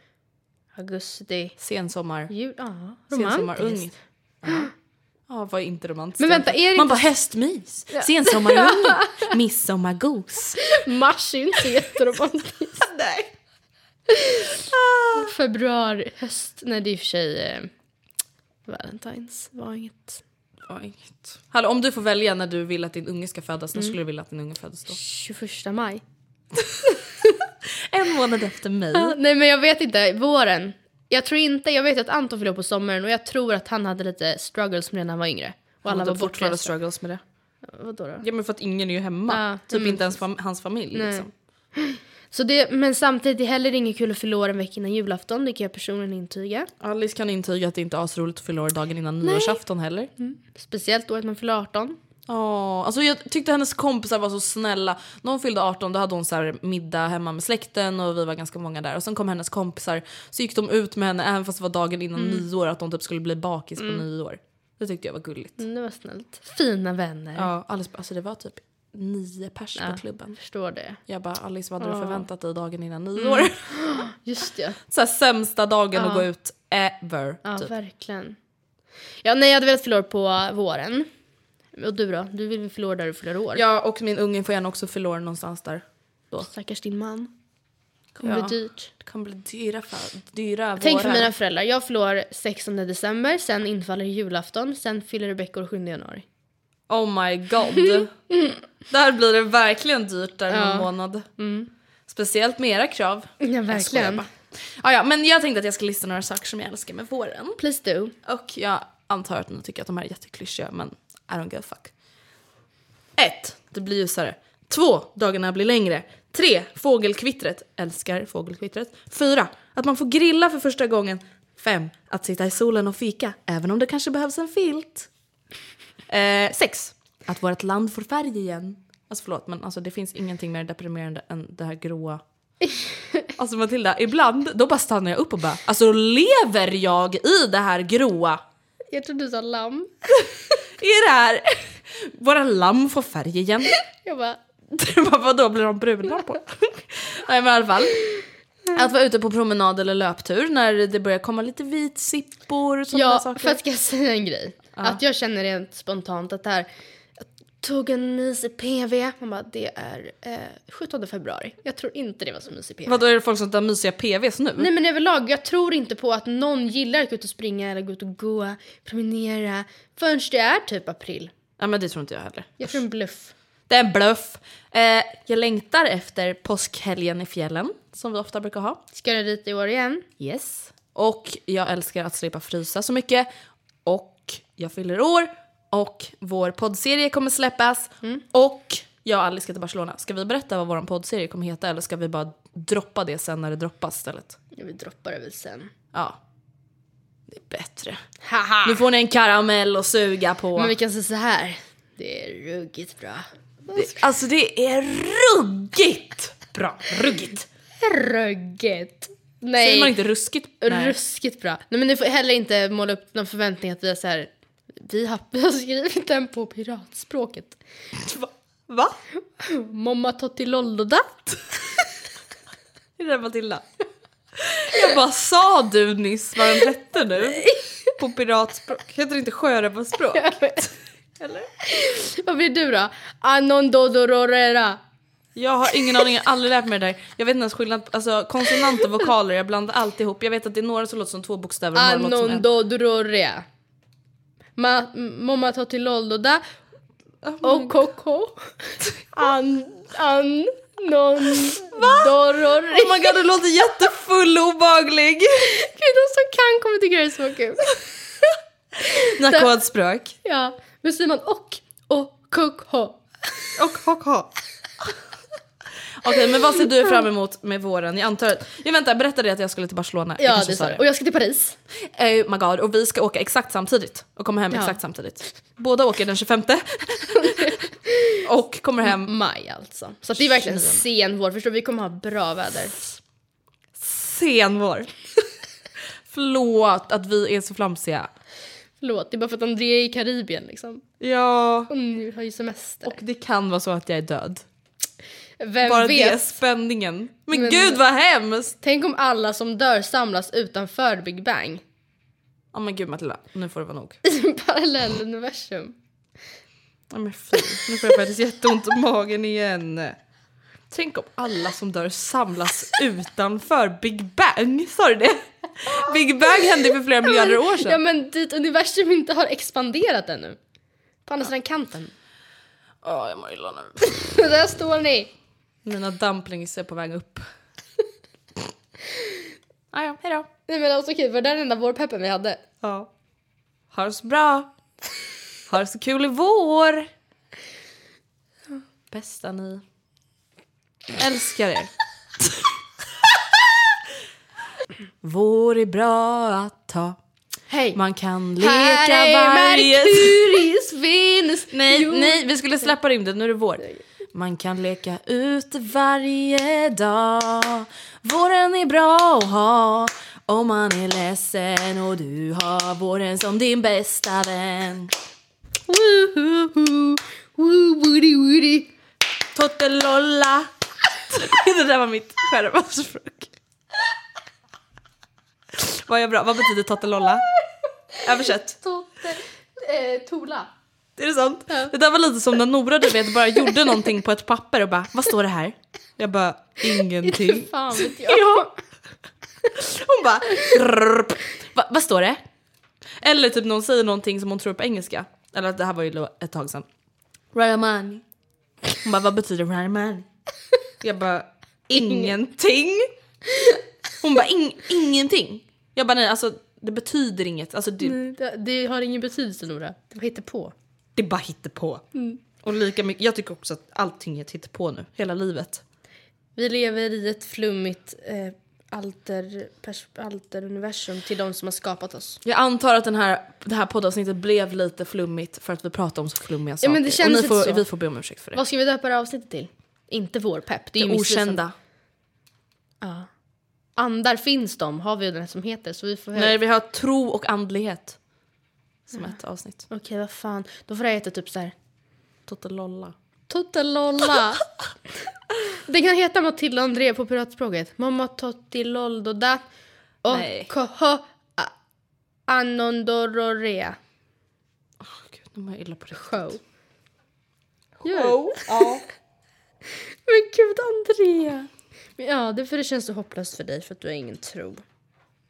Speaker 2: augusti,
Speaker 1: Sensommar.
Speaker 2: jul. Ja,
Speaker 1: Sensommarung.
Speaker 2: romantiskt.
Speaker 1: Ja. Ja, vad inte romantiskt.
Speaker 2: Men vänta, är det
Speaker 1: Man
Speaker 2: inte-
Speaker 1: bara hästmys, sensommarung, [laughs] midsommargos.
Speaker 2: Mars är ju inte jätteromantiskt.
Speaker 1: [laughs] Nej.
Speaker 2: [laughs] Februari, höst. Nej, det är i och för sig eh, Valentine's. var inget.
Speaker 1: Right. Hallå, om du får välja när du vill att din unge ska födas, när skulle du vilja att din unge föddes då?
Speaker 2: 21 maj.
Speaker 1: En månad efter mig.
Speaker 2: Nej, men jag vet inte. Våren. Jag tror inte, jag vet att Anton fyllde upp på sommaren och jag tror att han hade lite struggles med det när han var yngre. Och alla var
Speaker 1: fortfarande
Speaker 2: bortresta.
Speaker 1: struggles med det.
Speaker 2: Vadå då?
Speaker 1: Ja men för att ingen är ju hemma.
Speaker 2: Ja,
Speaker 1: typ
Speaker 2: mm.
Speaker 1: inte ens fam- hans familj liksom.
Speaker 2: Så det, men samtidigt är det heller inget kul att fylla år en vecka innan julafton, det kan jag personligen intyga.
Speaker 1: Alice kan intyga att det inte är asroligt att fylla år dagen innan nyårsafton heller.
Speaker 2: Mm. Speciellt året man fyller 18.
Speaker 1: Åh, alltså jag tyckte hennes kompisar var så snälla. När hon fyllde 18 då hade hon så här middag hemma med släkten och vi var ganska många där. Och sen kom hennes kompisar, så gick de ut med henne även fast det var dagen innan
Speaker 2: Mm.
Speaker 1: nyår att de typ skulle bli bakis på nyår. Det tyckte jag var gulligt.
Speaker 2: Mm, Det var snällt. Fina vänner.
Speaker 1: Ja, Alice bara, alltså det var typ nio pers på klubben.
Speaker 2: Förstår det.
Speaker 1: Jag bara Alice vad hade du förväntat dig dagen innan
Speaker 2: Mm.
Speaker 1: nyår? [laughs]
Speaker 2: Just ja.
Speaker 1: så här, sämsta dagen att gå ut ever.
Speaker 2: Ja,
Speaker 1: typ.
Speaker 2: verkligen. Ja, nej, jag hade velat fylla år på våren. Och du då? Du vill väl fylla år där du fyller år?
Speaker 1: Ja, och min unge får gärna också fylla år någonstans där.
Speaker 2: Stackars din man. Kommer
Speaker 1: Ja.
Speaker 2: bli dyrt.
Speaker 1: Det kan bli dyra, för, dyra
Speaker 2: Tänk för
Speaker 1: vårar.
Speaker 2: mina föräldrar. Jag fyller år 16 december, sen infaller julafton, sen fyller Rebecka år 7 januari.
Speaker 1: Oh my god. där blir det verkligen dyrt där någon månad. Speciellt med era krav.
Speaker 2: Mm. Ja,
Speaker 1: Jag skojar
Speaker 2: verkligen.
Speaker 1: bara. Ah, ja, men jag tänkte att jag ska lista några saker som jag älskar med våren.
Speaker 2: Please do.
Speaker 1: Och jag antar att ni tycker att de här är jätteklyschiga men I don't give a fuck. 1. Det blir ljusare. 2. Dagarna blir längre. 3. Fågelkvittret. Älskar fågelkvittret. 4. Att man får grilla för första gången. 5. Att sitta i solen och fika även om det kanske behövs en filt. 6. att vårt land får färg igen. Alltså förlåt men alltså, det finns ingenting mer deprimerande än det här gråa Alltså Matilda, ibland då bara stannar jag upp och bara alltså lever jag i det här gråa?
Speaker 2: Jag trodde du sa lamm.
Speaker 1: Är det här [laughs] våra lamm får färg
Speaker 2: [laughs]
Speaker 1: igen?
Speaker 2: Jag bara...
Speaker 1: Vad då blir de bruna på? [laughs] Nej men i alla fall. Att vara ute på promenad eller löptur när det börjar komma lite vitsippor och sådana
Speaker 2: Ja,
Speaker 1: saker.
Speaker 2: för att ska jag säga en grej? Att jag känner rent spontant att det här jag tog en mysig PV. Man bara, det är eh, 17 februari. Jag tror inte det var så mysig PV.
Speaker 1: Vadå är det folk som tar mysiga PVs nu?
Speaker 2: Nej men överlag, jag tror inte på att någon gillar att gå ut och springa eller gå ut och gå, promenera förrän det är typ april.
Speaker 1: Ja men det tror inte jag heller.
Speaker 2: Jag tror en bluff.
Speaker 1: Det är en bluff. Eh, jag längtar efter påskhelgen i fjällen, som vi ofta brukar ha.
Speaker 2: Ska du dit i år igen?
Speaker 1: Yes. Och jag älskar att slippa frysa så mycket. Och jag fyller år. Och vår poddserie kommer släppas.
Speaker 2: Mm.
Speaker 1: Och jag och Alice ska till Barcelona. Ska vi berätta vad vår poddserie kommer heta eller ska vi bara droppa det sen när det droppas istället?
Speaker 2: Ja, Vi droppar det väl sen.
Speaker 1: Ja. Det är bättre.
Speaker 2: Haha!
Speaker 1: Nu får ni en karamell att suga på.
Speaker 2: Men vi kan säga så här. Det är ruggigt bra.
Speaker 1: Alltså det är ruggigt! Bra, ruggigt.
Speaker 2: Ruggigt. Nej.
Speaker 1: Säger man inte ruskigt? Nej.
Speaker 2: Ruskigt bra. Nej men ni får heller inte måla upp någon förväntning att vi är så här. Vi har, [laughs] vi har skrivit den på piratspråket.
Speaker 1: Va?
Speaker 2: Momma tottilollodat.
Speaker 1: Är det där Matilda? Jag bara, sa du nyss vad den hette nu? På piratspråk? Heter det inte sjörövarspråk?
Speaker 2: [laughs] Vad blir du då? Anondodororera.
Speaker 1: Jag har ingen aning, jag har aldrig lärt mig det där. Jag vet inte ens skillnad, alltså konsonant och vokaler, jag blandar alltid ihop. Jag vet att det är några som låter som två bokstäver och några låter som en.
Speaker 2: Anondodororera. Ma, m- momma tottilolloda.
Speaker 1: [laughs]
Speaker 2: Och koko. An, an, non, dororera.
Speaker 1: Oh my god, du låter jättefull och obehaglig!
Speaker 2: Gud, de som kan kommer tycka det är så kul.
Speaker 1: Dina kodspråk.
Speaker 2: Ja, men säger man och, och, kuk, ho.
Speaker 1: Och haka. Okej, men vad ser du fram emot med våren? Jag antar att... Jag väntar, berättade jag att jag skulle typ till Barcelona? Jag
Speaker 2: Ja,
Speaker 1: kanske
Speaker 2: det
Speaker 1: sa
Speaker 2: sa du. Och jag ska till Paris.
Speaker 1: Oh my god, och vi ska åka exakt samtidigt och komma hem
Speaker 2: Ja.
Speaker 1: exakt samtidigt. Båda åker den 25
Speaker 2: [laughs]
Speaker 1: och kommer hem
Speaker 2: Maj alltså. Så att det är verkligen sen vår, förstår du? Vi kommer ha bra väder.
Speaker 1: sen vår. Förlåt att vi är så flamsiga.
Speaker 2: Förlåt, det är bara för att André är i Karibien liksom.
Speaker 1: Ja.
Speaker 2: Och nu har ju semester.
Speaker 1: Och det kan vara så att jag är död.
Speaker 2: Vem
Speaker 1: Bara det,
Speaker 2: vet?
Speaker 1: spänningen. Men,
Speaker 2: Men-
Speaker 1: gud vad hemskt!
Speaker 2: Tänk om alla som dör samlas utanför Big Bang. [laughs]
Speaker 1: Ja men gud Matilda, nu får det vara nog.
Speaker 2: I parallelluniversum.
Speaker 1: Ja, men fy, nu får jag faktiskt jätteont i magen igen. Tänk om alla som dör samlas utanför Big Bang, sa du det? Big Bang hände för flera miljarder år
Speaker 2: Ja
Speaker 1: sedan.
Speaker 2: men dit universum inte har expanderat ännu. På andra sidan kanten. [laughs]
Speaker 1: Ja, jag mår illa nu.
Speaker 2: Där står ni.
Speaker 1: Mina dumplings är på väg upp. Ah, ja, hejdå.
Speaker 2: Nej men alltså okej, var det den enda vårpeppen vi hade?
Speaker 1: Ja. Ha det så bra. Ha det så kul i vår. Bästa ni. Älskar er. Vår är bra att ta.
Speaker 2: Hej!
Speaker 1: Man kan leka
Speaker 2: Här är
Speaker 1: varje... [laughs]
Speaker 2: Merkurius Venus!
Speaker 1: Nej,
Speaker 2: Jo.
Speaker 1: nej, vi skulle släppa rymden, nu är det vår. Man kan leka ute varje dag Våren är bra att ha om man är ledsen och du har våren som din bästa vän
Speaker 2: Woohoo! Woo, woody, woody.
Speaker 1: Tottelolla [laughs] Det där var mitt skärmarsspråk. Var jag bra? Vad betyder tottelolla? Översätt.
Speaker 2: Totte... Eh, Tola.
Speaker 1: Är det sant? Det där var lite som när Nora du vet bara gjorde någonting på ett papper och bara vad står det här? Jag bara ingenting.
Speaker 2: Fan vet jag.
Speaker 1: Ja. Hon bara "Rrrp." Va, Vad står det? Eller typ någon säger någonting som hon tror är på engelska. Eller att det här var ju lo- ett tag sedan. Royal money. Hon bara vad betyder royal money? Jag bara ingenting. Hon bara "Ing- ingenting. Jag bara nej alltså det betyder inget. Alltså det,
Speaker 2: Det, det har ingen betydelse Nora. Det var på.
Speaker 1: det är bara hittepå. Och lika mycket, jag tycker också att allting är ett på nu, hela livet.
Speaker 2: Vi lever i ett flummigt eh, alter, pers, alteruniversum till de som har skapat oss.
Speaker 1: Jag antar att den här, det här poddavsnittet blev lite flummigt för att vi pratade om så flummiga saker.
Speaker 2: men det kändes
Speaker 1: och ni får,
Speaker 2: lite så.
Speaker 1: vi får be om ursäkt för det.
Speaker 2: Vad ska vi döpa det här avsnittet till? Inte vår pepp. Det är
Speaker 1: det
Speaker 2: ju missvisande.
Speaker 1: okända.
Speaker 2: Andar finns de, har vi ju den här som heter. Så vi får
Speaker 1: Nej, vi har tro och andlighet. Som ett avsnitt.
Speaker 2: Okej, vad fan. Då får det här heta typ så här.
Speaker 1: Tottelolla.
Speaker 2: Tottelolla. det kan heta Matilda och André på piratspråket. Mamma tottiloldoda och
Speaker 1: Nej.
Speaker 2: koho a- anondorerea
Speaker 1: Åh, Gud, nu mår jag illa på det.
Speaker 2: show. Show,
Speaker 1: [laughs]
Speaker 2: ja. Men gud Andrea. Men Ja, det är för det känns så hopplöst för dig för att du har ingen tro.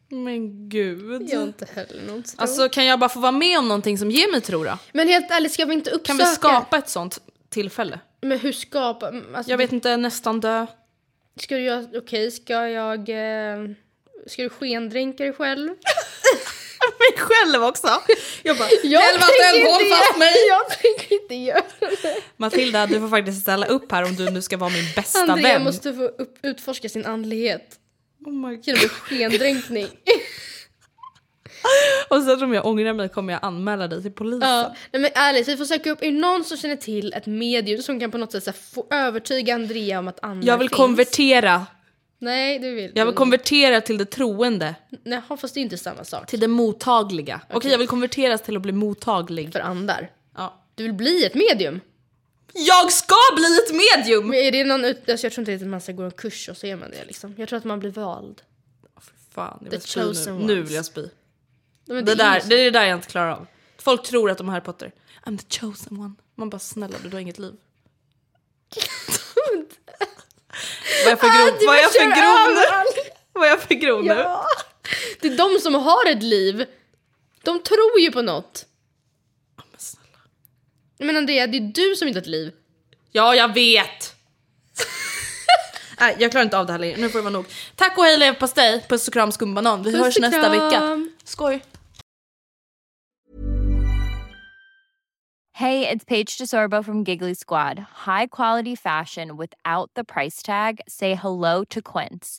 Speaker 1: Men gud.
Speaker 2: Jag har inte heller någon tro.
Speaker 1: Alltså kan jag bara få vara med om någonting som ger mig tro då?
Speaker 2: men helt ärligt, ska vi inte uppsöka?
Speaker 1: Kan vi skapa ett sånt tillfälle?
Speaker 2: Men hur skapar... Alltså,
Speaker 1: Jag vet inte, nästan dö.
Speaker 2: Ska du göra... Okej, ska jag... Eh, ska du skendränka dig själv?
Speaker 1: [laughs] Mig själv också. Jag [laughs] bara,
Speaker 2: Jag
Speaker 1: helvete
Speaker 2: tänker
Speaker 1: håll
Speaker 2: inte
Speaker 1: fast
Speaker 2: göra-
Speaker 1: mig.
Speaker 2: Jag tänker inte göra det.
Speaker 1: Matilda, du får faktiskt ställa upp här om du nu ska vara min bästa
Speaker 2: Andrea
Speaker 1: vän.
Speaker 2: måste få upp, utforska sin andlighet.
Speaker 1: Oh my God.
Speaker 2: Genom en skendränkning.
Speaker 1: Och sen om jag ångrar mig kommer jag anmäla dig till polisen. [laughs]
Speaker 2: [laughs] ja. Nej men ärligt, vi får söka upp är det någon som känner till ett medium som kan på något sätt så här, få övertyga Andrea om att andra
Speaker 1: Jag vill
Speaker 2: finns.
Speaker 1: konvertera.
Speaker 2: Nej, du vill.
Speaker 1: Jag vill konvertera till det troende.
Speaker 2: Nej, fast det är inte samma sak.
Speaker 1: Till det mottagliga. Okej, jag vill konverteras till att bli mottaglig.
Speaker 2: För andar.
Speaker 1: Ja.
Speaker 2: Du vill bli ett medium.
Speaker 1: Jag ska bli ett medium!
Speaker 2: Men är det någon ut... alltså, jag tror inte att man ska gå en kurs och så är man det liksom. Jag tror att man blir vald.
Speaker 1: Fan, jag
Speaker 2: The
Speaker 1: vill spy nu.
Speaker 2: chosen
Speaker 1: Nu
Speaker 2: ones.
Speaker 1: vill jag spy.
Speaker 2: Nej, men
Speaker 1: Det,
Speaker 2: är ju
Speaker 1: där,
Speaker 2: så.
Speaker 1: det är det där jag inte klarar av. Folk tror att de är Harry Potter. I'm the chosen one. Man bara snälla du, du har inget liv. Vad jag [laughs] för grov,
Speaker 2: Äh, du
Speaker 1: vad jag för
Speaker 2: kör
Speaker 1: grov nu?
Speaker 2: överallt.
Speaker 1: Vad jag för grov nu?
Speaker 2: Ja. Det är de som har ett liv. De tror ju på något.
Speaker 1: Men snälla.
Speaker 2: Men Andrea, det är du som inte har ett liv.
Speaker 1: Ja, jag vet! Nej, jag klarar inte av det här längre. Nu får det vara nog. Tack och hej leverpastej, puss och kram skumbanan. Vi
Speaker 2: Puss
Speaker 1: hörs
Speaker 2: och
Speaker 1: nästa
Speaker 2: kram.
Speaker 1: vecka. Skoj!
Speaker 3: Hey, it's Paige DeSorbo from Giggly Squad. High quality fashion without the price tag. Say hello to Quince.